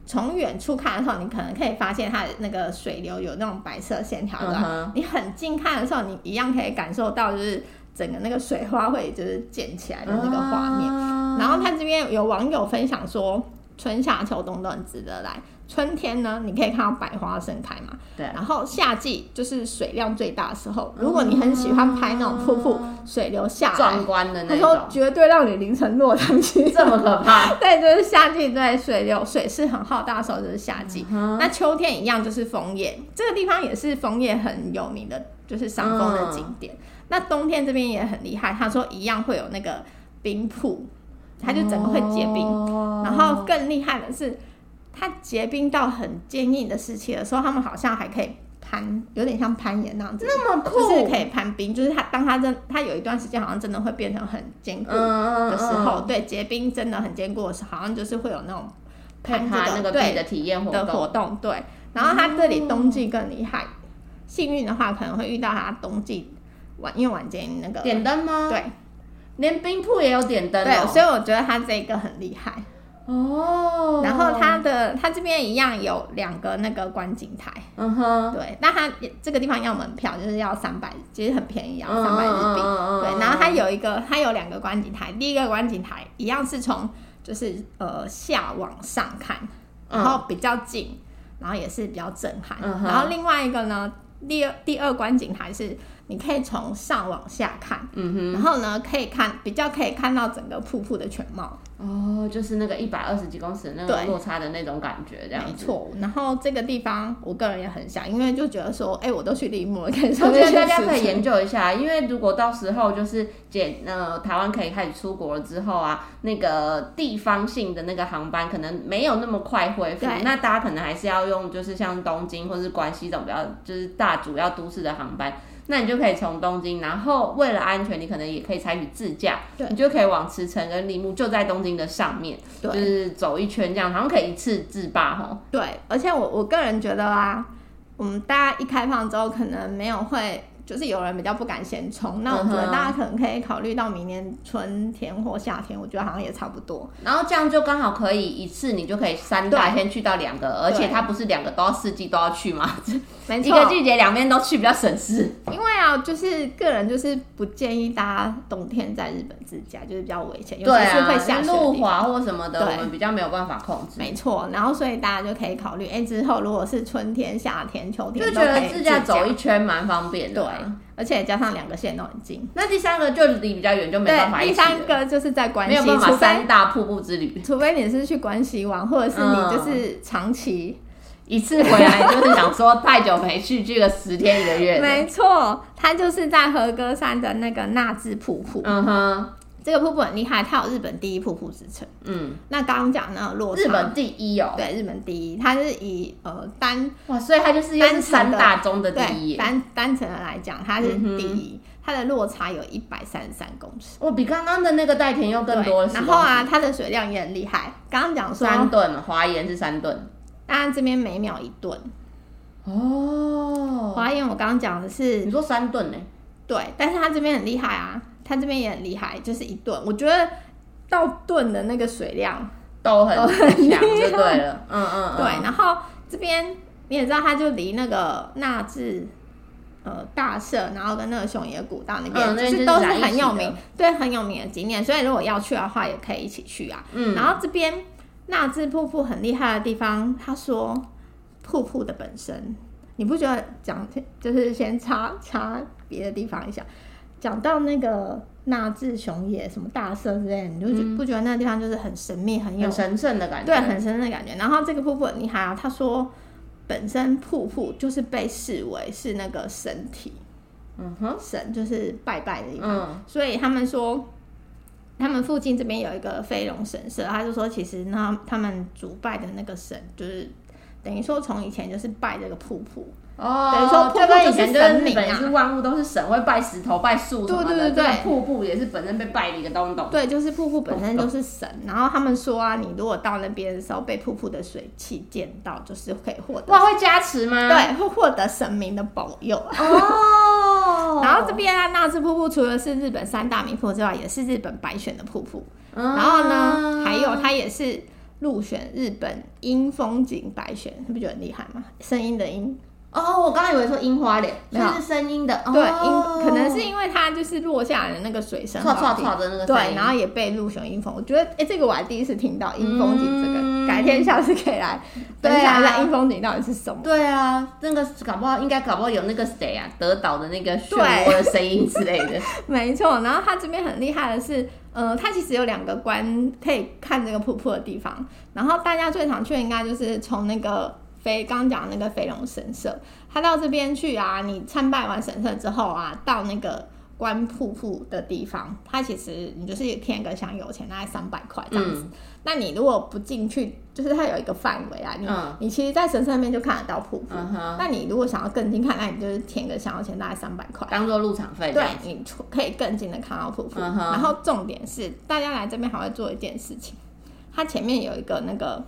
[SPEAKER 1] 从远处看的时候，你可能可以发现它的那个水流有那种白色线条的啊、
[SPEAKER 2] 嗯哼
[SPEAKER 1] 你很近看的时候，你一样可以感受到就是整个那个水花会就是溅起来的那个画面。
[SPEAKER 2] 面
[SPEAKER 1] 然后它这边有网友分享说，春夏秋冬都很值得来。春天呢，你可以看到百花盛开嘛，
[SPEAKER 2] 对，
[SPEAKER 1] 然后夏季就是水量最大的时候，如果你很喜欢拍那种瀑布、水流下来
[SPEAKER 2] 壮，观的
[SPEAKER 1] 他
[SPEAKER 2] 那
[SPEAKER 1] 说
[SPEAKER 2] 种，
[SPEAKER 1] 绝对让你凌晨落汤鸡。
[SPEAKER 2] 这么可怕。
[SPEAKER 1] *laughs* 对，就是夏季对水流水势很浩大的时候就是夏季，
[SPEAKER 2] 嗯
[SPEAKER 1] 那秋天一样就是枫叶，这个地方也是枫叶很有名的，就是赏枫
[SPEAKER 2] 嗯
[SPEAKER 1] 的景点。那冬天这边也很厉害，他说一样会有那个冰瀑，它就整个会结冰。
[SPEAKER 2] 哦
[SPEAKER 1] 然后更厉害的是，它结冰到很坚硬的时期的时候，他们好像还可以攀，有点像攀岩那样子，
[SPEAKER 2] 那么酷，
[SPEAKER 1] 就是可以攀冰。就是它当它真，它有一段时间好像真的会变成很坚固
[SPEAKER 2] 嗯
[SPEAKER 1] 的时候，对，结冰真的很坚固的时候，好像就是会有那种
[SPEAKER 2] 攀
[SPEAKER 1] 攀这
[SPEAKER 2] 爬那个地
[SPEAKER 1] 对
[SPEAKER 2] 的体验活
[SPEAKER 1] 的活
[SPEAKER 2] 动，
[SPEAKER 1] 动，对。然后它这里冬季更厉害，幸运的话可能会遇到它冬季晚，因为晚间那个
[SPEAKER 2] 点灯吗？，
[SPEAKER 1] 对
[SPEAKER 2] 连冰铺也有点灯
[SPEAKER 1] 对，
[SPEAKER 2] 哦。
[SPEAKER 1] 所以我觉得它这个很厉害。
[SPEAKER 2] 哦，
[SPEAKER 1] 然后，它的它这边一样有两个那个观景台，
[SPEAKER 2] 嗯哼，
[SPEAKER 1] 对，那它这个地方要门票就是要三百，其实很便宜啊，
[SPEAKER 2] 嗯
[SPEAKER 1] 三百日币。
[SPEAKER 2] 嗯嗯嗯
[SPEAKER 1] 对，然后它有一个，它有两个观景台，第一个观景台一样是从就是呃下往上看，
[SPEAKER 2] 嗯
[SPEAKER 1] 然后比较近，然后也是比较震撼。
[SPEAKER 2] 嗯哼
[SPEAKER 1] 然后另外一个呢，第二第二观景台是你可以从上往下看，
[SPEAKER 2] 嗯
[SPEAKER 1] 然后呢可以看比较可以看到整个瀑布的全貌。
[SPEAKER 2] 哼，哦，就是那个一百二十几公尺那个
[SPEAKER 1] 对
[SPEAKER 2] 落差的那种感觉，这样
[SPEAKER 1] 没
[SPEAKER 2] 子。
[SPEAKER 1] 错，然后这个地方我个人也很想，因为就觉得说，哎、我都去立木了，可 *laughs* 以
[SPEAKER 2] 我
[SPEAKER 1] 上
[SPEAKER 2] 觉
[SPEAKER 1] 去
[SPEAKER 2] 得大家可以
[SPEAKER 1] 试试
[SPEAKER 2] 研究一下，因为如果到时候就是解呃台湾可以开始出国了之后啊，那个地方性的那个航班可能没有那么快恢复
[SPEAKER 1] 对，
[SPEAKER 2] 那大家可能还是要用就是像东京或是关西这种比较就是大主要都市的航班。那你就可以从东京，然后为了安全，你可能也可以采取自驾，
[SPEAKER 1] 对
[SPEAKER 2] 你就可以往茨城跟立木就在东京的上面，就
[SPEAKER 1] 对
[SPEAKER 2] 是走一圈这样，好像可以一次自霸吼。
[SPEAKER 1] 对，而且我我个人觉得啊，我们大家一开放之后，可能没有会，就是有人比较不敢先冲，那我觉
[SPEAKER 2] 嗯
[SPEAKER 1] 得
[SPEAKER 2] 哼
[SPEAKER 1] 大家可能可以考虑到明年春天或夏天，我觉得好像也差不多。
[SPEAKER 2] 然后这样就刚好可以一次，你就可以三大天去到两个，而且它不是两个都要四季都要去吗？
[SPEAKER 1] 没
[SPEAKER 2] 一
[SPEAKER 1] 错
[SPEAKER 2] 个，季节两边都去比较省事。
[SPEAKER 1] 因为啊，就是个人就是不建议大家冬天在日本自驾，就是比较危险，
[SPEAKER 2] 啊
[SPEAKER 1] 尤其是会下雪的
[SPEAKER 2] 路
[SPEAKER 1] 地方。
[SPEAKER 2] 滑或什么的，
[SPEAKER 1] 对
[SPEAKER 2] 我们比较没有办法控制。
[SPEAKER 1] 没错，然后所以大家就可以考虑，哎、之后如果是春天、夏天、秋天，
[SPEAKER 2] 就觉
[SPEAKER 1] 都可
[SPEAKER 2] 得
[SPEAKER 1] 以
[SPEAKER 2] 自
[SPEAKER 1] 自
[SPEAKER 2] 驾走一圈蛮方便的
[SPEAKER 1] 对
[SPEAKER 2] 啊。，
[SPEAKER 1] 而且加上两个线都很近。
[SPEAKER 2] 那第三个就离比较远，就没办法
[SPEAKER 1] 对，
[SPEAKER 2] 一
[SPEAKER 1] 第
[SPEAKER 2] 起了
[SPEAKER 1] 三个就是在关
[SPEAKER 2] 没
[SPEAKER 1] 西，
[SPEAKER 2] 有办
[SPEAKER 1] 除
[SPEAKER 2] 法
[SPEAKER 1] 非
[SPEAKER 2] 三大瀑布之旅，
[SPEAKER 1] 除非你是去关西玩，或者是
[SPEAKER 2] 嗯
[SPEAKER 1] 你就是长期。
[SPEAKER 2] 一次回来就是想说太久没去，去个十天一个月的。
[SPEAKER 1] *laughs* 没错，它就是在和歌山的那个纳智瀑布，
[SPEAKER 2] 嗯哼，
[SPEAKER 1] 这个瀑布很厉害，它有日本第一瀑布之称。
[SPEAKER 2] 嗯，
[SPEAKER 1] 那刚刚讲那个落差，
[SPEAKER 2] 日本第一哦，
[SPEAKER 1] 对日本第一，它是以呃单
[SPEAKER 2] 哇，所以它就是又是
[SPEAKER 1] 单程
[SPEAKER 2] 三
[SPEAKER 1] 的
[SPEAKER 2] 大中的第
[SPEAKER 1] 对
[SPEAKER 2] 一嗯耶。
[SPEAKER 1] 单单程的来讲，它是第一，它的落差有一百三十三公尺。
[SPEAKER 2] 我哦比刚刚的那个代田又更多了。
[SPEAKER 1] 对然后啊，，它的水量也很厉害。刚刚讲说，
[SPEAKER 2] 三吨，华研是三吨。
[SPEAKER 1] 当然这边每秒一吨。
[SPEAKER 2] 哦，
[SPEAKER 1] 华研我刚刚讲的是
[SPEAKER 2] 你说三吨呢？
[SPEAKER 1] 对，但是它这边很厉害啊，它这边也很厉害，就是一吨。我觉得到吨的那个水量，
[SPEAKER 2] 都很强就对了。嗯嗯，嗯
[SPEAKER 1] 对。。然后这边你也知道，它就离那个纳智。呃，大社，然后跟那个熊野古道那边，
[SPEAKER 2] 嗯那
[SPEAKER 1] 就
[SPEAKER 2] 边就是
[SPEAKER 1] 是都是
[SPEAKER 2] 在一起
[SPEAKER 1] 很有
[SPEAKER 2] 的
[SPEAKER 1] 名，对，很有名的景点。所以如果要去的话，也可以一起去啊。
[SPEAKER 2] 嗯，
[SPEAKER 1] 然后这边纳智瀑布很厉害的地方，他说瀑布的本身，你不觉得讲就是先插插别的地方一下，讲到那个纳智熊野、什么大社之类的，你就觉不觉得那个地方就是很神秘、很有
[SPEAKER 2] 嗯很神圣的感觉。
[SPEAKER 1] 对很神圣的感觉？然后这个瀑布很厉害啊，他说本身瀑布就是被视为是那个神体
[SPEAKER 2] 嗯哼，
[SPEAKER 1] 神，就是拜拜的地方，
[SPEAKER 2] 嗯，
[SPEAKER 1] 所以他们说。他们附近这边有一个飞龙神社，他就说其实那他们主拜的那个神就是等于说从以前就是拜这个瀑布，
[SPEAKER 2] 哦，
[SPEAKER 1] 等于说瀑布
[SPEAKER 2] 就跟以
[SPEAKER 1] 就是
[SPEAKER 2] 前就
[SPEAKER 1] 神
[SPEAKER 2] 是日
[SPEAKER 1] 明
[SPEAKER 2] 本也
[SPEAKER 1] 啊
[SPEAKER 2] 是万物都是神，会拜石头、拜树什么
[SPEAKER 1] 对
[SPEAKER 2] 的。
[SPEAKER 1] 对对对
[SPEAKER 2] 这个瀑布也是本身被拜的一个东东。
[SPEAKER 1] 对，就是瀑布本身就是神，然后他们说啊，你如果到那边的时候被瀑布的水汽溅到，就是可以获得
[SPEAKER 2] 哇，会加持吗？。
[SPEAKER 1] 对，会获得神明的保佑。。
[SPEAKER 2] 哦 *laughs*
[SPEAKER 1] 然后这边啊，纳智瀑布除了是日本三大名瀑之外，也是日本百选的瀑布。
[SPEAKER 2] 嗯，
[SPEAKER 1] 然后呢，还有它也是入选日本樱风景百选，你不觉得很厉害吗？声音的音，
[SPEAKER 2] 哦，我刚刚以为说樱花脸，
[SPEAKER 1] 没有
[SPEAKER 2] 那是声音的。
[SPEAKER 1] 对，
[SPEAKER 2] 哦
[SPEAKER 1] 樱可能是因为它就是落下来的那个水声
[SPEAKER 2] 唰
[SPEAKER 1] 很好
[SPEAKER 2] 唰
[SPEAKER 1] 听，
[SPEAKER 2] 唰的那个声
[SPEAKER 1] 对，
[SPEAKER 2] 音。
[SPEAKER 1] 然后也被入选英风，我觉得哎、诶这个我还第一次听到英风景这个，
[SPEAKER 2] 嗯
[SPEAKER 1] 改天下次可以来分
[SPEAKER 2] 对啊
[SPEAKER 1] 享一下英风景到底是什么。
[SPEAKER 2] 对啊，那个搞不好应该搞不好有那个谁啊，德岛的那个漩
[SPEAKER 1] 对
[SPEAKER 2] 涡的声音之类
[SPEAKER 1] *laughs*
[SPEAKER 2] 的。
[SPEAKER 1] 没错，然后它这边很厉害的是，呃，它其实有两个关可以看这个瀑布的地方，然后大家最常去的应该就是从那个飞刚讲的那个飞龙神社，它到这边去啊，你参拜完神社之后啊，到那个。观瀑布的地方，它其实你就是添个香油钱，大概三百块这样子。
[SPEAKER 2] 嗯
[SPEAKER 1] 那你如果不进去，就是它有一个范围啊，你、
[SPEAKER 2] 嗯
[SPEAKER 1] 你其实，在神社那边就看得到瀑布。
[SPEAKER 2] 嗯哼，
[SPEAKER 1] 那你如果想要更近看，那你就是填个想要钱，大概三百块。
[SPEAKER 2] 当做入场费这
[SPEAKER 1] 对
[SPEAKER 2] 样。，
[SPEAKER 1] 你出可以更近的看到瀑布。
[SPEAKER 2] 嗯哼
[SPEAKER 1] 然后重点是，大家来这边还会做一件事情，它前面有一个那个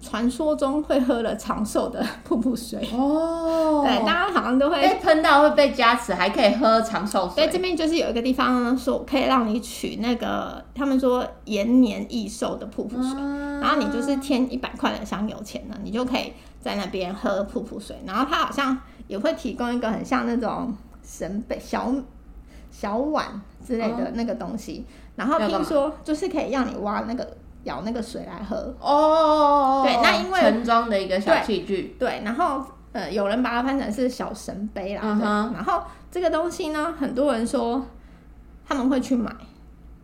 [SPEAKER 1] 传说中会喝了长寿的瀑布水。
[SPEAKER 2] 哦
[SPEAKER 1] 对，大家好像都会。
[SPEAKER 2] 被喷到会被加持，还可以喝长寿
[SPEAKER 1] 对，
[SPEAKER 2] 水。
[SPEAKER 1] 这边就是有一个地方呢，说可以让你取那个他们说延年益寿的瀑布水。
[SPEAKER 2] 啊
[SPEAKER 1] 然后你就是添一百块的香油钱呢，你就可以在那边喝瀑布水。然后它好像也会提供一个很像那种神杯小小碗之类的那个东西。然后
[SPEAKER 2] 要干
[SPEAKER 1] 听
[SPEAKER 2] 嘛
[SPEAKER 1] 说就是可以让你挖那个舀那个水来喝。
[SPEAKER 2] 哦，
[SPEAKER 1] 对那因为
[SPEAKER 2] 盛装的一个小器具，
[SPEAKER 1] 对，然后呃，有人把它翻成是小神杯啦。
[SPEAKER 2] 嗯
[SPEAKER 1] 对
[SPEAKER 2] 哼
[SPEAKER 1] 然后这个东西呢，很多人说他们会去买，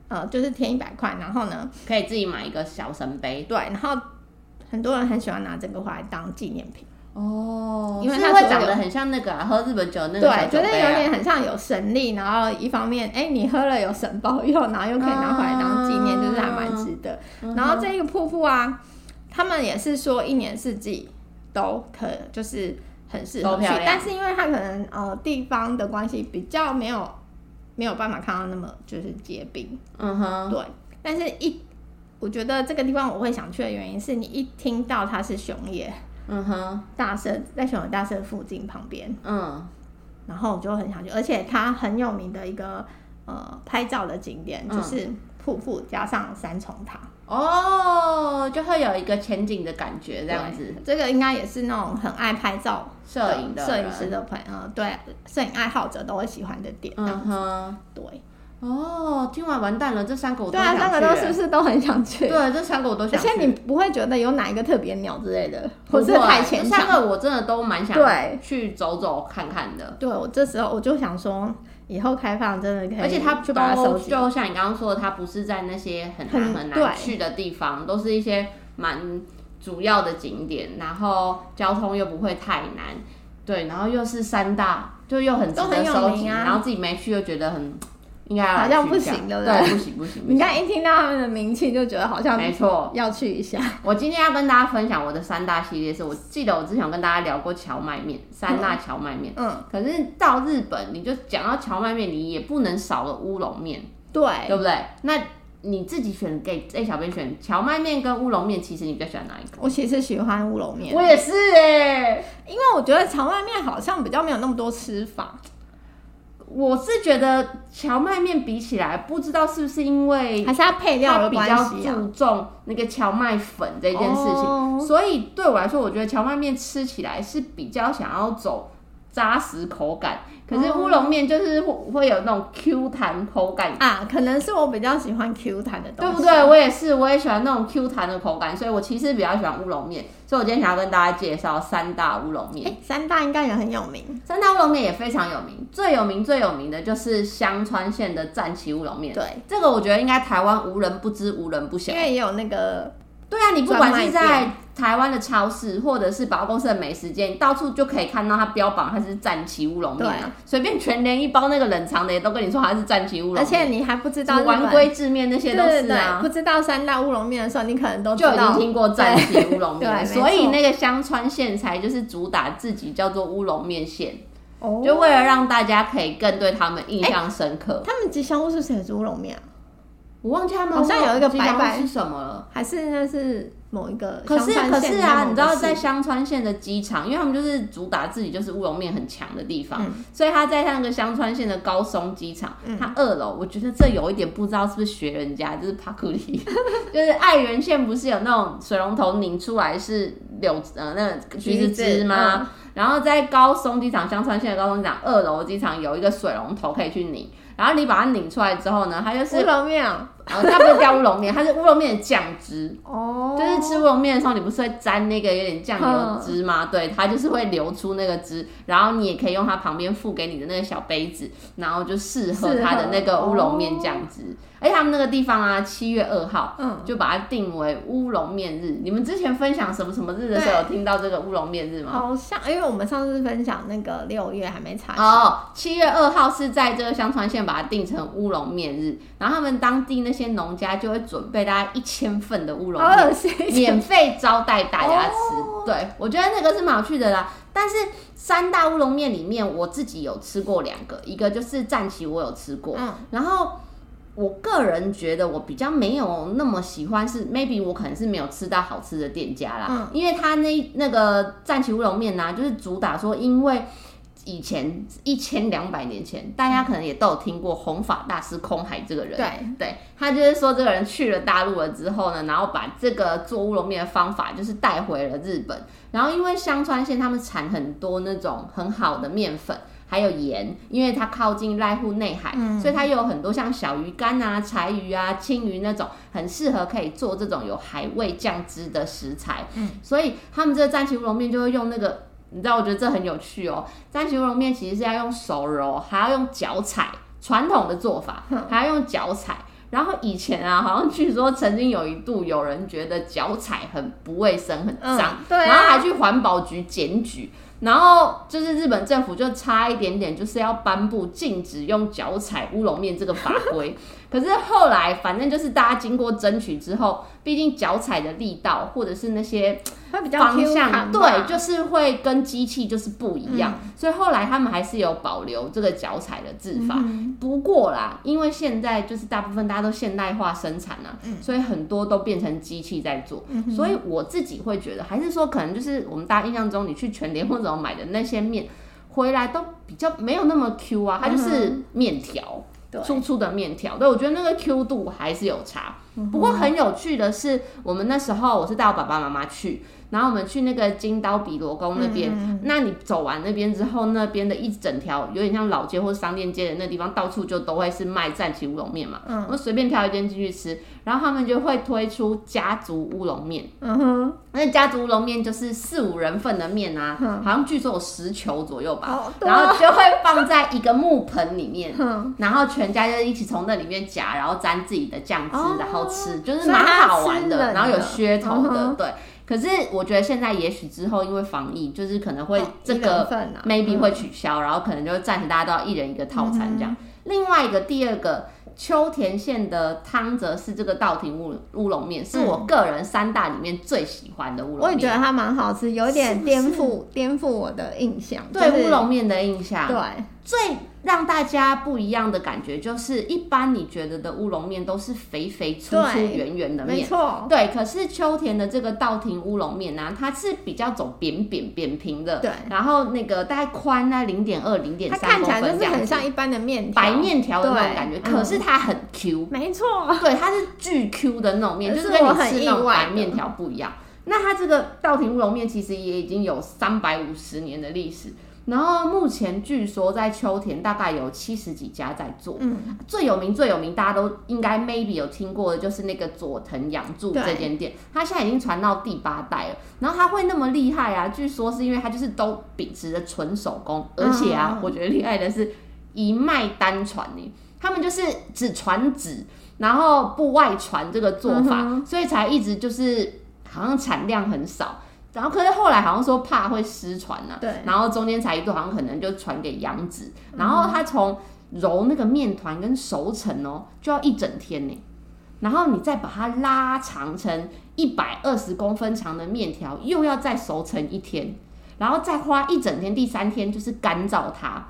[SPEAKER 1] 呃，就是添一百块，然后呢，
[SPEAKER 2] 可以自己买一个小神杯。
[SPEAKER 1] 对，然后很多人很喜欢拿这个回来当纪念品，
[SPEAKER 2] 哦
[SPEAKER 1] 因为
[SPEAKER 2] 是
[SPEAKER 1] 它
[SPEAKER 2] 会
[SPEAKER 1] 所有
[SPEAKER 2] 长得很像那个啊，喝日本酒的那个小
[SPEAKER 1] 对，
[SPEAKER 2] 酒
[SPEAKER 1] 觉得
[SPEAKER 2] 杯
[SPEAKER 1] 有
[SPEAKER 2] 啊。
[SPEAKER 1] 点很像有神力，然后一方面，哎、你喝了有神保佑，然后又可以拿回来当纪念，
[SPEAKER 2] 啊
[SPEAKER 1] 就是还蛮值得。
[SPEAKER 2] 嗯哼
[SPEAKER 1] 然后这个瀑布啊，他们也是说一年四季都可，就是很适合
[SPEAKER 2] 都
[SPEAKER 1] 去
[SPEAKER 2] 漂亮，
[SPEAKER 1] 但是因为它可能呃地方的关系比较没有没有办法看到那么就是结冰，
[SPEAKER 2] 嗯哼，
[SPEAKER 1] 对，但是一我觉得这个地方我会想去的原因是你一听到它是熊野。
[SPEAKER 2] 嗯哼，
[SPEAKER 1] 大社在熊野大社附近旁边，
[SPEAKER 2] 嗯，
[SPEAKER 1] 然后我就很想去，而且它很有名的一个呃拍照的景点
[SPEAKER 2] 嗯
[SPEAKER 1] 就是瀑布加上三重塔，
[SPEAKER 2] 哦，就会有一个前景的感觉，这样子
[SPEAKER 1] 对。这个应该也是那种很爱拍照
[SPEAKER 2] 摄影的
[SPEAKER 1] 摄
[SPEAKER 2] 人
[SPEAKER 1] 影师的朋友，呃对，摄影爱好者都会喜欢的点。
[SPEAKER 2] 嗯哼，
[SPEAKER 1] 对，
[SPEAKER 2] 哦，听完完蛋了，这三个我都
[SPEAKER 1] 对啊，
[SPEAKER 2] 想
[SPEAKER 1] 三个
[SPEAKER 2] 去
[SPEAKER 1] 都
[SPEAKER 2] 欸
[SPEAKER 1] 是不是都很想去？
[SPEAKER 2] 对，这三个我都
[SPEAKER 1] 而
[SPEAKER 2] 想去。
[SPEAKER 1] 且你不会觉得有哪一个特别鸟之类的，
[SPEAKER 2] 不
[SPEAKER 1] 或
[SPEAKER 2] 会啊
[SPEAKER 1] 是太牵
[SPEAKER 2] 这
[SPEAKER 1] 强
[SPEAKER 2] 三。个我真的都蛮想
[SPEAKER 1] 对
[SPEAKER 2] 去走走看看的。
[SPEAKER 1] 对我这时候我就想说，以后开放真的可以，
[SPEAKER 2] 而且它
[SPEAKER 1] 去把它收
[SPEAKER 2] 都
[SPEAKER 1] 集
[SPEAKER 2] 就像你刚刚说的，它不是在那些很
[SPEAKER 1] 很
[SPEAKER 2] 难很
[SPEAKER 1] 对
[SPEAKER 2] 难去的地方，都是一些蛮主要的景点，然后交通又不会太难，对，然后又是三大，就又很值
[SPEAKER 1] 都很
[SPEAKER 2] 得
[SPEAKER 1] 有
[SPEAKER 2] 收集，
[SPEAKER 1] 名啊
[SPEAKER 2] 然后自己没去又觉得很应该要
[SPEAKER 1] 好像
[SPEAKER 2] 来去
[SPEAKER 1] 不
[SPEAKER 2] 一下
[SPEAKER 1] 行对不
[SPEAKER 2] 对
[SPEAKER 1] 对
[SPEAKER 2] 不行不行，不
[SPEAKER 1] 你
[SPEAKER 2] 行
[SPEAKER 1] 看，一听到他们的名气就觉得好像
[SPEAKER 2] 没错，
[SPEAKER 1] 要去一下。
[SPEAKER 2] *laughs* 我今天要跟大家分享我的三大系列是，我记得我之前有跟大家聊过荞麦面，三大荞麦面。
[SPEAKER 1] 嗯，
[SPEAKER 2] 可是到日本，你就讲到荞麦面，你也不能少了乌龙面，
[SPEAKER 1] 对，
[SPEAKER 2] 对不对？那你自己选给给小编选荞麦面跟乌龙面，其实你比较喜欢哪一个？
[SPEAKER 1] 我其实喜欢乌龙面，
[SPEAKER 2] 我也是哎、
[SPEAKER 1] 因为我觉得荞麦面好像比较没有那么多吃法。
[SPEAKER 2] 我是觉得荞麦面比起来，不知道是不是因为
[SPEAKER 1] 还是它配料
[SPEAKER 2] 它
[SPEAKER 1] 的
[SPEAKER 2] 比
[SPEAKER 1] 关
[SPEAKER 2] 较
[SPEAKER 1] 系啊。
[SPEAKER 2] 注重那个荞麦粉这件事情，
[SPEAKER 1] 哦
[SPEAKER 2] 所以对我来说，我觉得荞麦面吃起来是比较想要走扎实口感，可是乌龙面就是会会有那种 Q 弹口感，
[SPEAKER 1] 啊，可能是我比较喜欢 Q 弹的东
[SPEAKER 2] 对
[SPEAKER 1] 西，
[SPEAKER 2] 不对？？我也是，我也喜欢那种 Q 弹的口感，所以我其实比较喜欢乌龙面。所以我今天想要跟大家介绍三大乌龙面。
[SPEAKER 1] 哎、三大应该也很有名，
[SPEAKER 2] 三大乌龙面也非常有名，最有名最有名的就是香川县的战旗乌龙面。
[SPEAKER 1] 对，
[SPEAKER 2] 这个我觉得应该台湾无人不知，无人不晓
[SPEAKER 1] 因。为也有那个
[SPEAKER 2] 对啊，你不管是
[SPEAKER 1] 专卖
[SPEAKER 2] 在台湾的超市，或者是百货公司的美食街，你到处就可以看到它标榜它是战旗乌龙面啊，随便全联一包那个冷藏的也都跟你说它是战旗乌龙面，
[SPEAKER 1] 而且你还不知
[SPEAKER 2] 什
[SPEAKER 1] 道
[SPEAKER 2] 么
[SPEAKER 1] 日
[SPEAKER 2] 丸
[SPEAKER 1] 本
[SPEAKER 2] 龟制面那些
[SPEAKER 1] 对
[SPEAKER 2] 都
[SPEAKER 1] 对
[SPEAKER 2] 是
[SPEAKER 1] 对
[SPEAKER 2] 啊，。
[SPEAKER 1] 不知道三大乌龙面的时候，你可能都知
[SPEAKER 2] 就已经
[SPEAKER 1] 道。
[SPEAKER 2] 听过战 *laughs* 旗乌龙面了，
[SPEAKER 1] 对对
[SPEAKER 2] 所以
[SPEAKER 1] 没错
[SPEAKER 2] 那个香川县才就是主打自己叫做乌龙面县，
[SPEAKER 1] 哦
[SPEAKER 2] 就为了让大家可以更对他们印象深刻。
[SPEAKER 1] 他们吉祥物是不是也是乌龙面啊？
[SPEAKER 2] 我忘记他们
[SPEAKER 1] 好像有一个
[SPEAKER 2] 吉祥物
[SPEAKER 1] 白白
[SPEAKER 2] 是什么了。
[SPEAKER 1] 还是那是某一个
[SPEAKER 2] 可
[SPEAKER 1] 香
[SPEAKER 2] 是
[SPEAKER 1] 川县的
[SPEAKER 2] 可
[SPEAKER 1] 某个市？
[SPEAKER 2] 是啊，你知道在香川县的机场，因为他们就是主打自己就是乌龙面很强的地方，所以他在那个香川县的高松机场，它二楼，我觉得这有一点不知道是不是学人家，就是帕库里， *laughs* 就是爱媛县不是有那种水龙头拧出来是柳呃那个橘子汁吗？然后在高松机场，香川县的高松机场二楼机场有一个水龙头可以去拧，然后你把它拧出来之后呢，它就
[SPEAKER 1] 嗯
[SPEAKER 2] 是
[SPEAKER 1] 乌龙面啊
[SPEAKER 2] 呃它不是叫乌龙面，它是乌龙面的酱汁。
[SPEAKER 1] 哦，嗯
[SPEAKER 2] 就是吃乌龙面的时候，你不是会沾那个有点酱油汁吗？对，它就是会流出那个汁，然后你也可以用它旁边附给你的那个小杯子，然后就试喝
[SPEAKER 1] 试喝
[SPEAKER 2] 它的那个乌龙面酱汁。而且他们那个地方啊，七月二号。
[SPEAKER 1] 哦嗯，
[SPEAKER 2] 就把它定为乌龙面日。你们之前分享什么什么日的时候，有听到这个乌龙面日吗？
[SPEAKER 1] 好像因为我们上次分享那个六月还没查清，
[SPEAKER 2] 哦，七月二号是在这个香川县把它定成乌龙面日，然后他们当地那些农家就会准备大概一千份的乌龙
[SPEAKER 1] 好
[SPEAKER 2] 面，
[SPEAKER 1] 恶心， *laughs*
[SPEAKER 2] 免费招待大家吃。
[SPEAKER 1] 哦
[SPEAKER 2] 对，我觉得那个是蛮有趣的啦。但是三大乌龙面里面，我自己有吃过两个，一个就是战旗，我有吃过，
[SPEAKER 1] 嗯
[SPEAKER 2] 然后。我个人觉得我比较没有那么喜欢是，maybe 我可能是没有吃到好吃的店家啦，
[SPEAKER 1] 嗯
[SPEAKER 2] 因为他那那个战旗乌龙面呢，就是主打说，因为以前一千两百年前，大家可能也都有听过弘法大师空海这个人，
[SPEAKER 1] 对，
[SPEAKER 2] 对他就是说，这个人去了大陆了之后呢，然后把这个做乌龙面的方法就是带回了日本。然后因为香川县他们产很多那种很好的面粉，还有盐，因为它靠近濑户内海，
[SPEAKER 1] 嗯
[SPEAKER 2] 所以它有很多像小鱼干啊、柴鱼啊、青鱼那种很适合可以做这种有海味酱汁的食材。
[SPEAKER 1] 嗯，
[SPEAKER 2] 所以他们这个战旗乌龙面就会用那个。你知道，我觉得这很有趣哦。战旗乌龙面其实是要用手揉，还要用脚踩，传统的做法
[SPEAKER 1] 嗯，
[SPEAKER 2] 还要用脚踩。然后以前啊，好像据说曾经有一度有人觉得脚踩很不卫生、很
[SPEAKER 1] 嗯
[SPEAKER 2] 脏，
[SPEAKER 1] 对啊
[SPEAKER 2] 然后还去环保局检举。然后就是日本政府就差一点点，就是要颁布禁止用脚踩乌龙面这个法规。 *laughs* 可是后来，反正就是大家经过争取之后，毕竟脚踩的力道或者是那些
[SPEAKER 1] 会比较
[SPEAKER 2] 方
[SPEAKER 1] Q
[SPEAKER 2] 向，
[SPEAKER 1] 弹吧
[SPEAKER 2] 对，就是会跟机器就是不一样。所以后来他们还是有保留这个脚踩的制法。
[SPEAKER 1] 嗯
[SPEAKER 2] 不过啦，因为现在就是大部分大家都现代化生产啊，所以很多都变成机器在做。
[SPEAKER 1] 嗯
[SPEAKER 2] 所以我自己会觉得，还是说可能就是我们大家印象中，你去全联或者买的那些面，回来都比较没有那么 Q 啊，它就是面条。
[SPEAKER 1] 对
[SPEAKER 2] 粗粗的面条，对我觉得那个 Q 度还是有差。不过很有趣的是，我们那时候我是带我爸爸妈妈去，然后我们去那个金刀比罗宫那边，那你走完那边之后，那边的一整条有点像老街或商店街的那地方，到处就都会是卖战旗乌龙面嘛。我们随便挑一间进去吃，然后他们就会推出家族乌龙面。
[SPEAKER 1] 嗯哼，
[SPEAKER 2] 那家族乌龙面就是四五人份的面啊，好像据说有十球左右吧，
[SPEAKER 1] 好多
[SPEAKER 2] 然后就会放在一个木盆里面，
[SPEAKER 1] 哼，
[SPEAKER 2] 然后全家就一起从那里面夹，然后沾自己的酱汁，
[SPEAKER 1] 哦
[SPEAKER 2] 然后吃，就是
[SPEAKER 1] 所以它
[SPEAKER 2] 蛮好玩
[SPEAKER 1] 吃
[SPEAKER 2] 的，
[SPEAKER 1] 冷
[SPEAKER 2] 然后有
[SPEAKER 1] 的
[SPEAKER 2] 噱头
[SPEAKER 1] 嗯
[SPEAKER 2] 的，
[SPEAKER 1] 哼
[SPEAKER 2] 对。可是我觉得现在也许之后因为防疫，就是可能会
[SPEAKER 1] 哦
[SPEAKER 2] 这
[SPEAKER 1] 一
[SPEAKER 2] 个
[SPEAKER 1] 人份啊
[SPEAKER 2] maybe
[SPEAKER 1] 嗯
[SPEAKER 2] 会取消，然后可能就暂时大家都要一人一个套餐这样。另外一个第二个秋田县的汤则是这个稻庭乌乌龙面，是我个人三大里面最喜欢的乌
[SPEAKER 1] 嗯我
[SPEAKER 2] 龙
[SPEAKER 1] 也觉
[SPEAKER 2] 面，
[SPEAKER 1] 得它蛮好吃，有
[SPEAKER 2] 是
[SPEAKER 1] 点
[SPEAKER 2] 不
[SPEAKER 1] 颠
[SPEAKER 2] 是
[SPEAKER 1] 覆颠覆我的印象，就是
[SPEAKER 2] 对乌龙面的印象。
[SPEAKER 1] 对，
[SPEAKER 2] 最让大家不一样的感觉，就是一般你觉得的乌龙面都是肥肥粗粗
[SPEAKER 1] 对
[SPEAKER 2] 圆圆的
[SPEAKER 1] 没
[SPEAKER 2] 面，
[SPEAKER 1] 错，
[SPEAKER 2] 对。可是秋田的这个稻庭乌龙面呢，它是比较走扁扁扁平的，
[SPEAKER 1] 对。
[SPEAKER 2] 然后那个大概宽在零点二、零点
[SPEAKER 1] 它
[SPEAKER 2] 三
[SPEAKER 1] 看
[SPEAKER 2] 公
[SPEAKER 1] 起来
[SPEAKER 2] 分
[SPEAKER 1] 就
[SPEAKER 2] 这
[SPEAKER 1] 是
[SPEAKER 2] 样
[SPEAKER 1] 很
[SPEAKER 2] 子
[SPEAKER 1] 像一般的面条，
[SPEAKER 2] 白面条的那种
[SPEAKER 1] 对
[SPEAKER 2] 感觉，
[SPEAKER 1] 嗯
[SPEAKER 2] 可是它很 Q，
[SPEAKER 1] 没错，
[SPEAKER 2] 对，它是巨 Q 的那种面，
[SPEAKER 1] 可
[SPEAKER 2] 就是是跟你
[SPEAKER 1] 哦呃我很
[SPEAKER 2] 吃那种
[SPEAKER 1] 意外
[SPEAKER 2] 白
[SPEAKER 1] 的
[SPEAKER 2] 面条不一样。那它这个稻庭乌龙面其实也已经有三百五十年的历史，然后目前据说在秋田大概有七十几家在做，
[SPEAKER 1] 嗯，
[SPEAKER 2] 最有名最有名大家都应该 maybe 有听过的就是那个佐藤养助
[SPEAKER 1] 对
[SPEAKER 2] 这间店，它现在已经传到第八代了。然后它会那么厉害啊，据说是因为它就是都秉持着纯手工，而且啊，
[SPEAKER 1] 嗯
[SPEAKER 2] 我觉得厉害的是一脉单传呢、他们就是只传纸，然后不外传这个做法，
[SPEAKER 1] 嗯
[SPEAKER 2] 所以才一直就是好像产量很少。然后可是后来好像说怕会失传啊，
[SPEAKER 1] 对嗯
[SPEAKER 2] 然后中间才一度好像可能就传给杨子，然后他从揉那个面团跟熟成哦，就要一整天呢。然后你再把它拉长成一百二十公分长的面条，又要再熟成一天，然后再花一整天，第三天就是干燥它，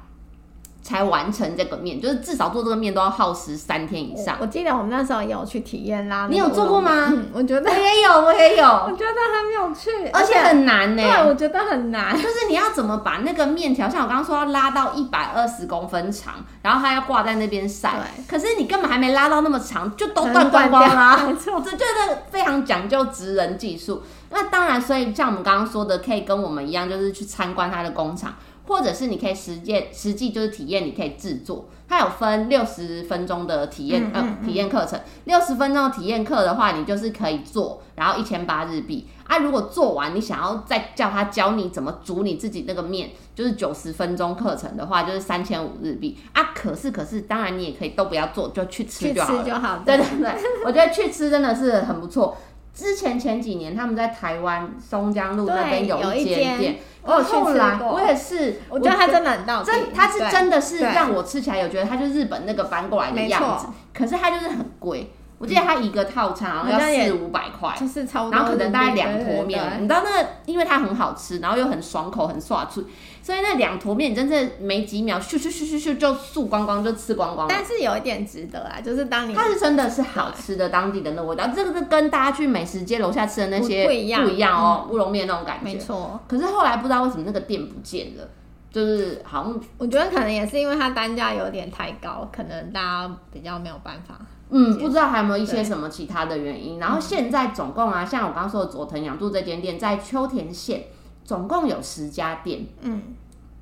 [SPEAKER 2] 才完成这个面，就是至少做这个面都要耗时三天以上。
[SPEAKER 1] 我我记得我们那时候也有去体验啦，
[SPEAKER 2] 你有做过吗
[SPEAKER 1] 嗯我觉
[SPEAKER 2] 我
[SPEAKER 1] 得
[SPEAKER 2] 也有，我也有，
[SPEAKER 1] 我觉得很有趣，
[SPEAKER 2] 而且很难呢、
[SPEAKER 1] 对，我觉得很难。
[SPEAKER 2] 就是你要怎么把那个面条，像我刚刚说要拉到一百二十公分长，然后它要挂在那边晒，可是你根本还没拉到那么长，就都断光光啦、
[SPEAKER 1] 能断掉没错，
[SPEAKER 2] 这就是非常讲究职人技术。那当然，所以像我们刚刚说的，可以跟我们一样，就是去参观它的工厂，或者是你可以实践实际就是体验，你可以制作。它有分六十分钟的体验，
[SPEAKER 1] 嗯
[SPEAKER 2] 呃，体验课程。六十分钟的体验课的话，你就是可以做，然后一千八日币。啊，如果做完，你想要再叫他教你怎么煮你自己那个面，就是九十分钟课程的话，就是三千五日币。啊，可是可是，当然你也可以都不要做，就去吃
[SPEAKER 1] 去
[SPEAKER 2] 就好了
[SPEAKER 1] 吃。就好。
[SPEAKER 2] 对对对， *laughs* 我觉得去吃真的是很不错。之前前几年他们在台湾松江路那边
[SPEAKER 1] 对有
[SPEAKER 2] 一
[SPEAKER 1] 一
[SPEAKER 2] 间
[SPEAKER 1] 间哦
[SPEAKER 2] 店，哦
[SPEAKER 1] 我有去吃
[SPEAKER 2] 后来
[SPEAKER 1] 过
[SPEAKER 2] 我也是，
[SPEAKER 1] 我觉得它真的很到底，
[SPEAKER 2] 真它是
[SPEAKER 1] 哦对
[SPEAKER 2] 真的是
[SPEAKER 1] 对
[SPEAKER 2] 让我吃起来有觉得它就是日本那个翻过来的
[SPEAKER 1] 没
[SPEAKER 2] 样子
[SPEAKER 1] 错，
[SPEAKER 2] 可是它就是很贵。我记得它一个套餐好
[SPEAKER 1] 好
[SPEAKER 2] 像
[SPEAKER 1] 像
[SPEAKER 2] 要
[SPEAKER 1] 也
[SPEAKER 2] 四五百块，
[SPEAKER 1] 就是超多
[SPEAKER 2] 然后可
[SPEAKER 1] 日
[SPEAKER 2] 能
[SPEAKER 1] 币
[SPEAKER 2] 大概两坨面，
[SPEAKER 1] 对对对
[SPEAKER 2] 你知道那个，因为它很好吃，然后又很爽口，很爽脆，所以那两坨面你真的没几秒，咻咻咻咻咻就速光光就吃光光了。
[SPEAKER 1] 但是有一点值得啊，就是当你
[SPEAKER 2] 它是真的是好吃的当地的那味道，这个是跟大家去美食街楼下吃的那些
[SPEAKER 1] 不一样嗯
[SPEAKER 2] 不一样哦，乌龙面那种感
[SPEAKER 1] 没
[SPEAKER 2] 觉。
[SPEAKER 1] 错，
[SPEAKER 2] 可是后来不知道为什么那个店不见了，就是好像
[SPEAKER 1] 我觉得可能也是因为它单价有点太高，可能大家比较没有办法。
[SPEAKER 2] 嗯，不知道还有没有一些什么其他的原因。然后现在总共啊，像我刚刚说的佐藤养助这间店，在秋田县总共有十家店，
[SPEAKER 1] 嗯，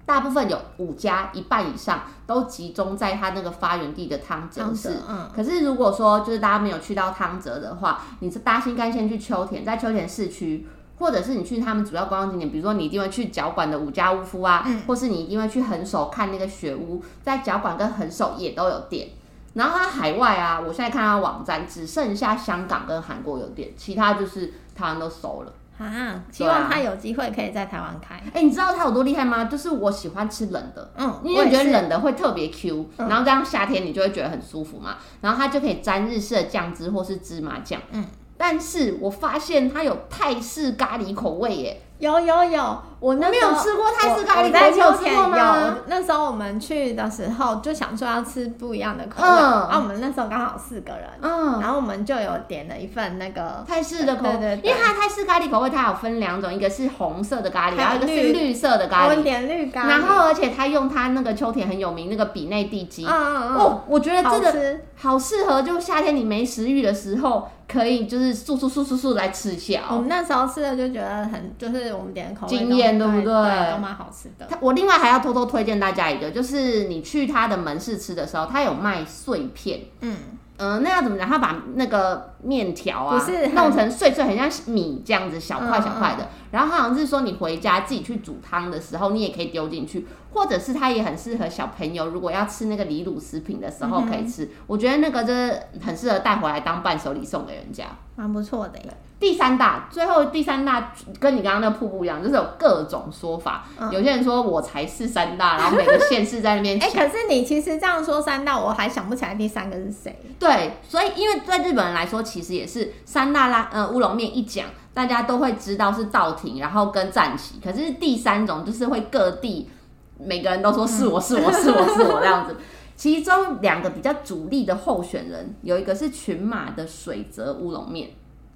[SPEAKER 2] 大部分有五家，一半以上都集中在它那个发源地的汤泽市。
[SPEAKER 1] 嗯，
[SPEAKER 2] 可是如果说就是大家没有去到汤泽的话，你是搭新干线去秋田，在秋田市区，或者是你去他们主要观光景点，比如说你一定会去脚馆的五家屋夫啊，或是你一定会去横手看那个雪屋，在脚馆跟横手也都有店。然后它海外啊，我现在看它网站只剩下香港跟韩国有店，其他就是台湾都收了。
[SPEAKER 1] 啊，希望他有机会可以在台湾开。
[SPEAKER 2] 哎，你知道它有多厉害吗？就是我喜欢吃冷的，
[SPEAKER 1] 嗯，
[SPEAKER 2] 因为
[SPEAKER 1] 我
[SPEAKER 2] 你
[SPEAKER 1] 也
[SPEAKER 2] 觉得
[SPEAKER 1] 是嗯
[SPEAKER 2] 冷的会特别 Q，、然后这样夏天你就会觉得很舒服嘛，然后它就可以沾日式的酱汁或是芝麻酱。嗯，但是我发现它有泰式咖喱口味耶，
[SPEAKER 1] 有有有，我那
[SPEAKER 2] 我没
[SPEAKER 1] 时候
[SPEAKER 2] 有吃过泰式咖
[SPEAKER 1] 我
[SPEAKER 2] 喱
[SPEAKER 1] 我在
[SPEAKER 2] 口味，你有
[SPEAKER 1] 秋
[SPEAKER 2] 吃
[SPEAKER 1] 田
[SPEAKER 2] 过吗？
[SPEAKER 1] 有，那时候我们去的时候就想说要吃不一样的口味，
[SPEAKER 2] 嗯
[SPEAKER 1] 啊，我们那时候刚好四个人，
[SPEAKER 2] 嗯，
[SPEAKER 1] 然后我们就有点了一份那个，
[SPEAKER 2] 泰式的口味，
[SPEAKER 1] 对对对
[SPEAKER 2] 因为它的泰式咖喱口味它有分两种，一个是红色的咖喱，然后
[SPEAKER 1] 还
[SPEAKER 2] 一
[SPEAKER 1] 有
[SPEAKER 2] 个是
[SPEAKER 1] 绿
[SPEAKER 2] 绿色的咖
[SPEAKER 1] 我
[SPEAKER 2] 喱，
[SPEAKER 1] 点绿咖喱，
[SPEAKER 2] 然后而且它用它那个秋田很有名那个比内地鸡。
[SPEAKER 1] 嗯嗯嗯，
[SPEAKER 2] 哦，我觉得这
[SPEAKER 1] 好
[SPEAKER 2] 个
[SPEAKER 1] 吃，
[SPEAKER 2] 好适合，就夏天你没食欲的时候，可以就是速速速速速来吃一下、哦
[SPEAKER 1] 我。们那时候吃的就觉得很，就是我们点的口味
[SPEAKER 2] 惊
[SPEAKER 1] 都
[SPEAKER 2] 艳对不
[SPEAKER 1] 对？
[SPEAKER 2] 对
[SPEAKER 1] 都蛮好吃的。
[SPEAKER 2] 它我另外还要偷偷推荐大家一个，就是你去它的门市吃的时候，它有卖碎片。
[SPEAKER 1] 嗯，
[SPEAKER 2] 嗯、那要怎么讲？它把那个面条啊，
[SPEAKER 1] 不是很
[SPEAKER 2] 弄成碎碎，很像米这样子，小块
[SPEAKER 1] 嗯
[SPEAKER 2] 小块的。然后它好像是说，你回家自己去煮汤的时候，你也可以丢进去，或者是它也很适合小朋友，如果要吃那个离乳食品的时
[SPEAKER 1] 嗯
[SPEAKER 2] 候可以吃。我觉得那个就是很适合带回来当伴手礼送给人家。
[SPEAKER 1] 蛮不错的耶。
[SPEAKER 2] 第三大，最后第三大跟你刚刚那个瀑布一样，就是有各种说法。有些人说我才是三大，然后每个县市在那边
[SPEAKER 1] *laughs* 哎、
[SPEAKER 2] 想。
[SPEAKER 1] 可是你其实这样说三道，我还想不起来第三个是谁。
[SPEAKER 2] 对，所以因为对日本人来说，其实也是三大拉呃乌龙面一讲，大家都会知道是道亭，然后跟战旗。可是第三种就是会各地每个人都说是我是我是我是我这样子。其中两个比较主力的候选人，有一个是群马的水泽乌龙面，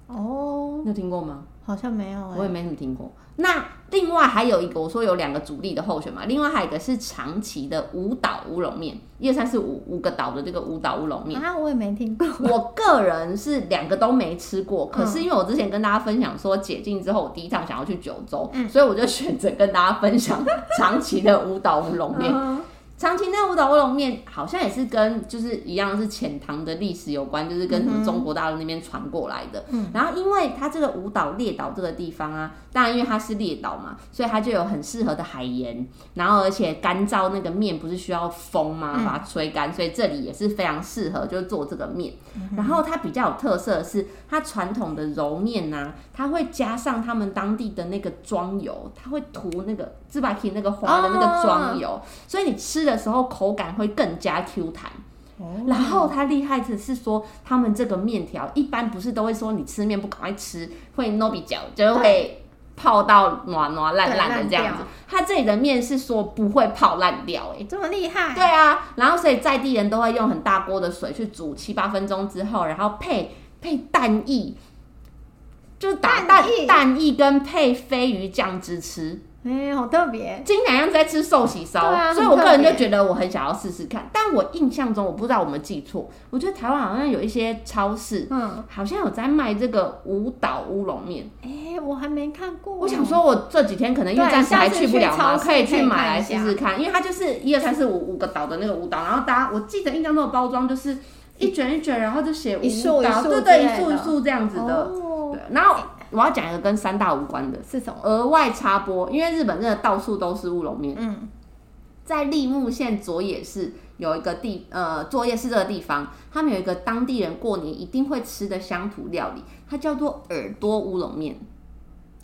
[SPEAKER 1] 哦，
[SPEAKER 2] 你有听过吗？
[SPEAKER 1] 好像没有哎、
[SPEAKER 2] 我也没怎么听过。那另外还有一个，我说有两个主力的候选嘛，另外还有一个是长崎的五岛乌龙面，一二三四五五个岛的这个五岛乌
[SPEAKER 1] *laughs*
[SPEAKER 2] 龙面。
[SPEAKER 1] 啊，我也没听过。
[SPEAKER 2] 我个人是两个都没吃过，可是因为我之前跟大家分享说解禁之后，我第一趟想要去九州，
[SPEAKER 1] 嗯
[SPEAKER 2] 所以我就选择跟大家分享长崎的五岛乌龙面。
[SPEAKER 1] 嗯
[SPEAKER 2] 长崎那五岛乌龙面好像也是跟就是一样是遣唐的历史有关，就是跟什
[SPEAKER 1] 嗯
[SPEAKER 2] 么中国大陆那边传过来的。然后因为它这个五岛列岛这个地方啊，当然因为它是列岛嘛，所以它就有很适合的海盐，然后而且干燥那个面不是需要风吗？把它吹干，所以这里也是非常适合就是做这个面。然后它比较有特色的是，它传统的揉面呐、它会加上他们当地的那个妆油，它会涂那个自巴 k 那个花的那个妆油，所以你吃的时候口感会更加 Q 弹。然后它厉害的是说，他们这个面条一般不是都会说你吃面不赶快吃，会 no 比较就会泡到软软烂烂的这
[SPEAKER 1] 对烂
[SPEAKER 2] 样子
[SPEAKER 1] 掉。
[SPEAKER 2] 它这里的面是说不会泡烂掉、欸，
[SPEAKER 1] 这么厉害？
[SPEAKER 2] 对啊，然后所以在地人都会用很大锅的水去煮七八分钟之后，然后配配蛋液，就打
[SPEAKER 1] 蛋
[SPEAKER 2] 蛋
[SPEAKER 1] 液
[SPEAKER 2] 蛋液跟配飞鱼酱汁吃。
[SPEAKER 1] 哎、好特别。
[SPEAKER 2] 金南样在吃寿喜烧，
[SPEAKER 1] 对啊
[SPEAKER 2] 所以我
[SPEAKER 1] 很
[SPEAKER 2] 个
[SPEAKER 1] 特别
[SPEAKER 2] 人就觉得我很想要试试看。但我印象中，我不知道我们记错，我觉得台湾好像有一些超市
[SPEAKER 1] 嗯，
[SPEAKER 2] 好像有在卖这个五岛乌龙面。
[SPEAKER 1] 哎、我还没看过。
[SPEAKER 2] 我想，说，我这几天可能因为
[SPEAKER 1] 对
[SPEAKER 2] 暂时还去不了嘛，
[SPEAKER 1] 下次去超市
[SPEAKER 2] 可以去
[SPEAKER 1] 可以
[SPEAKER 2] 买
[SPEAKER 1] 看
[SPEAKER 2] 来
[SPEAKER 1] 一
[SPEAKER 2] 试
[SPEAKER 1] 下
[SPEAKER 2] 试看，因为它就是一二三四
[SPEAKER 1] *laughs*
[SPEAKER 2] 五五个岛的那个舞蹈，然后大家我记得印象中的包装就是一卷一卷，然后就写
[SPEAKER 1] 一束
[SPEAKER 2] 舞蹈，
[SPEAKER 1] 一束
[SPEAKER 2] 对对，
[SPEAKER 1] 之
[SPEAKER 2] 一
[SPEAKER 1] 类
[SPEAKER 2] 束
[SPEAKER 1] 的
[SPEAKER 2] 一束这样子的。
[SPEAKER 1] 哦
[SPEAKER 2] 对，然后我要讲一个跟三大无关的，
[SPEAKER 1] 是什么？
[SPEAKER 2] 额外插播，因为日本真的到处都是乌龙面，
[SPEAKER 1] 嗯，
[SPEAKER 2] 在立木县佐野市有一个地呃佐野市这个地方，他们有一个当地人过年一定会吃的乡土料理，它叫做耳朵乌龙面。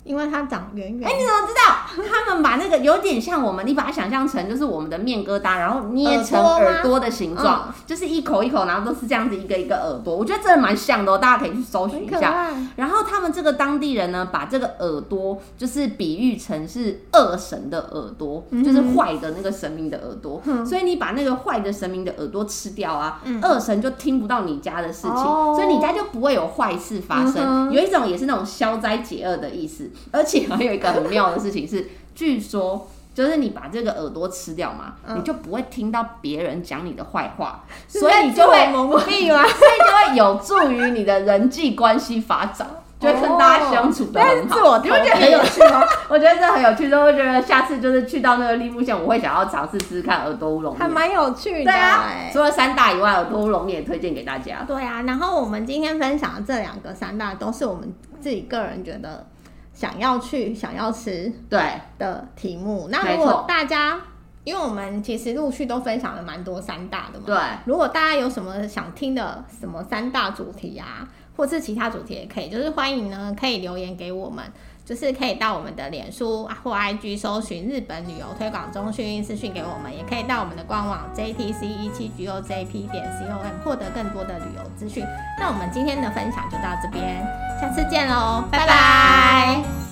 [SPEAKER 1] 因为它长圆圆。
[SPEAKER 2] 哎、你怎么知道？他们把那个有点像我们，你把它想象成就是我们的面疙瘩，然后捏成
[SPEAKER 1] 耳朵吗
[SPEAKER 2] 耳朵嗯的形状，就是一口一口，然后都是这样子一个一个耳朵。我觉得真的蛮像的、哦，大家可以去搜寻
[SPEAKER 1] 很
[SPEAKER 2] 一
[SPEAKER 1] 可
[SPEAKER 2] 下。
[SPEAKER 1] 爱，
[SPEAKER 2] 然后他们这个当地人呢，把这个耳朵就是比喻成是恶神的耳朵，
[SPEAKER 1] 嗯
[SPEAKER 2] 就是坏的那个神明的耳朵。所以你把那个坏的神明的耳朵吃掉啊，恶神就听不到你家的事情，
[SPEAKER 1] 嗯哦
[SPEAKER 2] 所以你家就不会有坏事发生。
[SPEAKER 1] 嗯哼
[SPEAKER 2] 有一种也是那种消灾解厄的意思，而且还有一个很妙的事情是， *laughs* 据说。就是你把这个耳朵吃掉嘛，
[SPEAKER 1] 嗯
[SPEAKER 2] 你就不会听到别人讲你的坏
[SPEAKER 1] *laughs*
[SPEAKER 2] 话，
[SPEAKER 1] 是
[SPEAKER 2] 所以
[SPEAKER 1] 在
[SPEAKER 2] 你
[SPEAKER 1] 自
[SPEAKER 2] 就
[SPEAKER 1] 我
[SPEAKER 2] 会
[SPEAKER 1] 蒙蔽 *laughs* 吗？
[SPEAKER 2] 所以就会有助于你的人际关系发展，就会跟大家相处的
[SPEAKER 1] 哦但是
[SPEAKER 2] 很
[SPEAKER 1] 自
[SPEAKER 2] 好。
[SPEAKER 1] 我
[SPEAKER 2] 你
[SPEAKER 1] 投
[SPEAKER 2] 会觉得很
[SPEAKER 1] 币
[SPEAKER 2] 有趣吗？我觉得这很有趣，所以我觉得下次就是去到那个立木县，我会想要尝试试试看耳朵乌龙
[SPEAKER 1] 还
[SPEAKER 2] 面。
[SPEAKER 1] 蛮有趣
[SPEAKER 2] 对
[SPEAKER 1] 的、
[SPEAKER 2] 啊
[SPEAKER 1] 哎，
[SPEAKER 2] 除了三大以外，耳朵乌龙面也推荐给大家。
[SPEAKER 1] 对啊，然后我们今天分享的这两个三大都是我们自己个人觉得想要去、想要吃
[SPEAKER 2] 对，
[SPEAKER 1] 的题目。那
[SPEAKER 2] 没
[SPEAKER 1] 如
[SPEAKER 2] 错
[SPEAKER 1] 果大家，因为我们其实陆续都分享了蛮多三大的嘛，
[SPEAKER 2] 对
[SPEAKER 1] 如果大家有什么想听的什么三大主题啊，或是其他主题也可以，就是欢迎呢可以留言给我们，就是可以到我们的脸书啊或 IG 搜寻日本旅游推广中心私讯给我们，也可以到我们的官网 JTC 一 E 七 GOJP 点 COM 获得更多的旅游资讯。那我们今天的分享就到这边，下次见喽，拜拜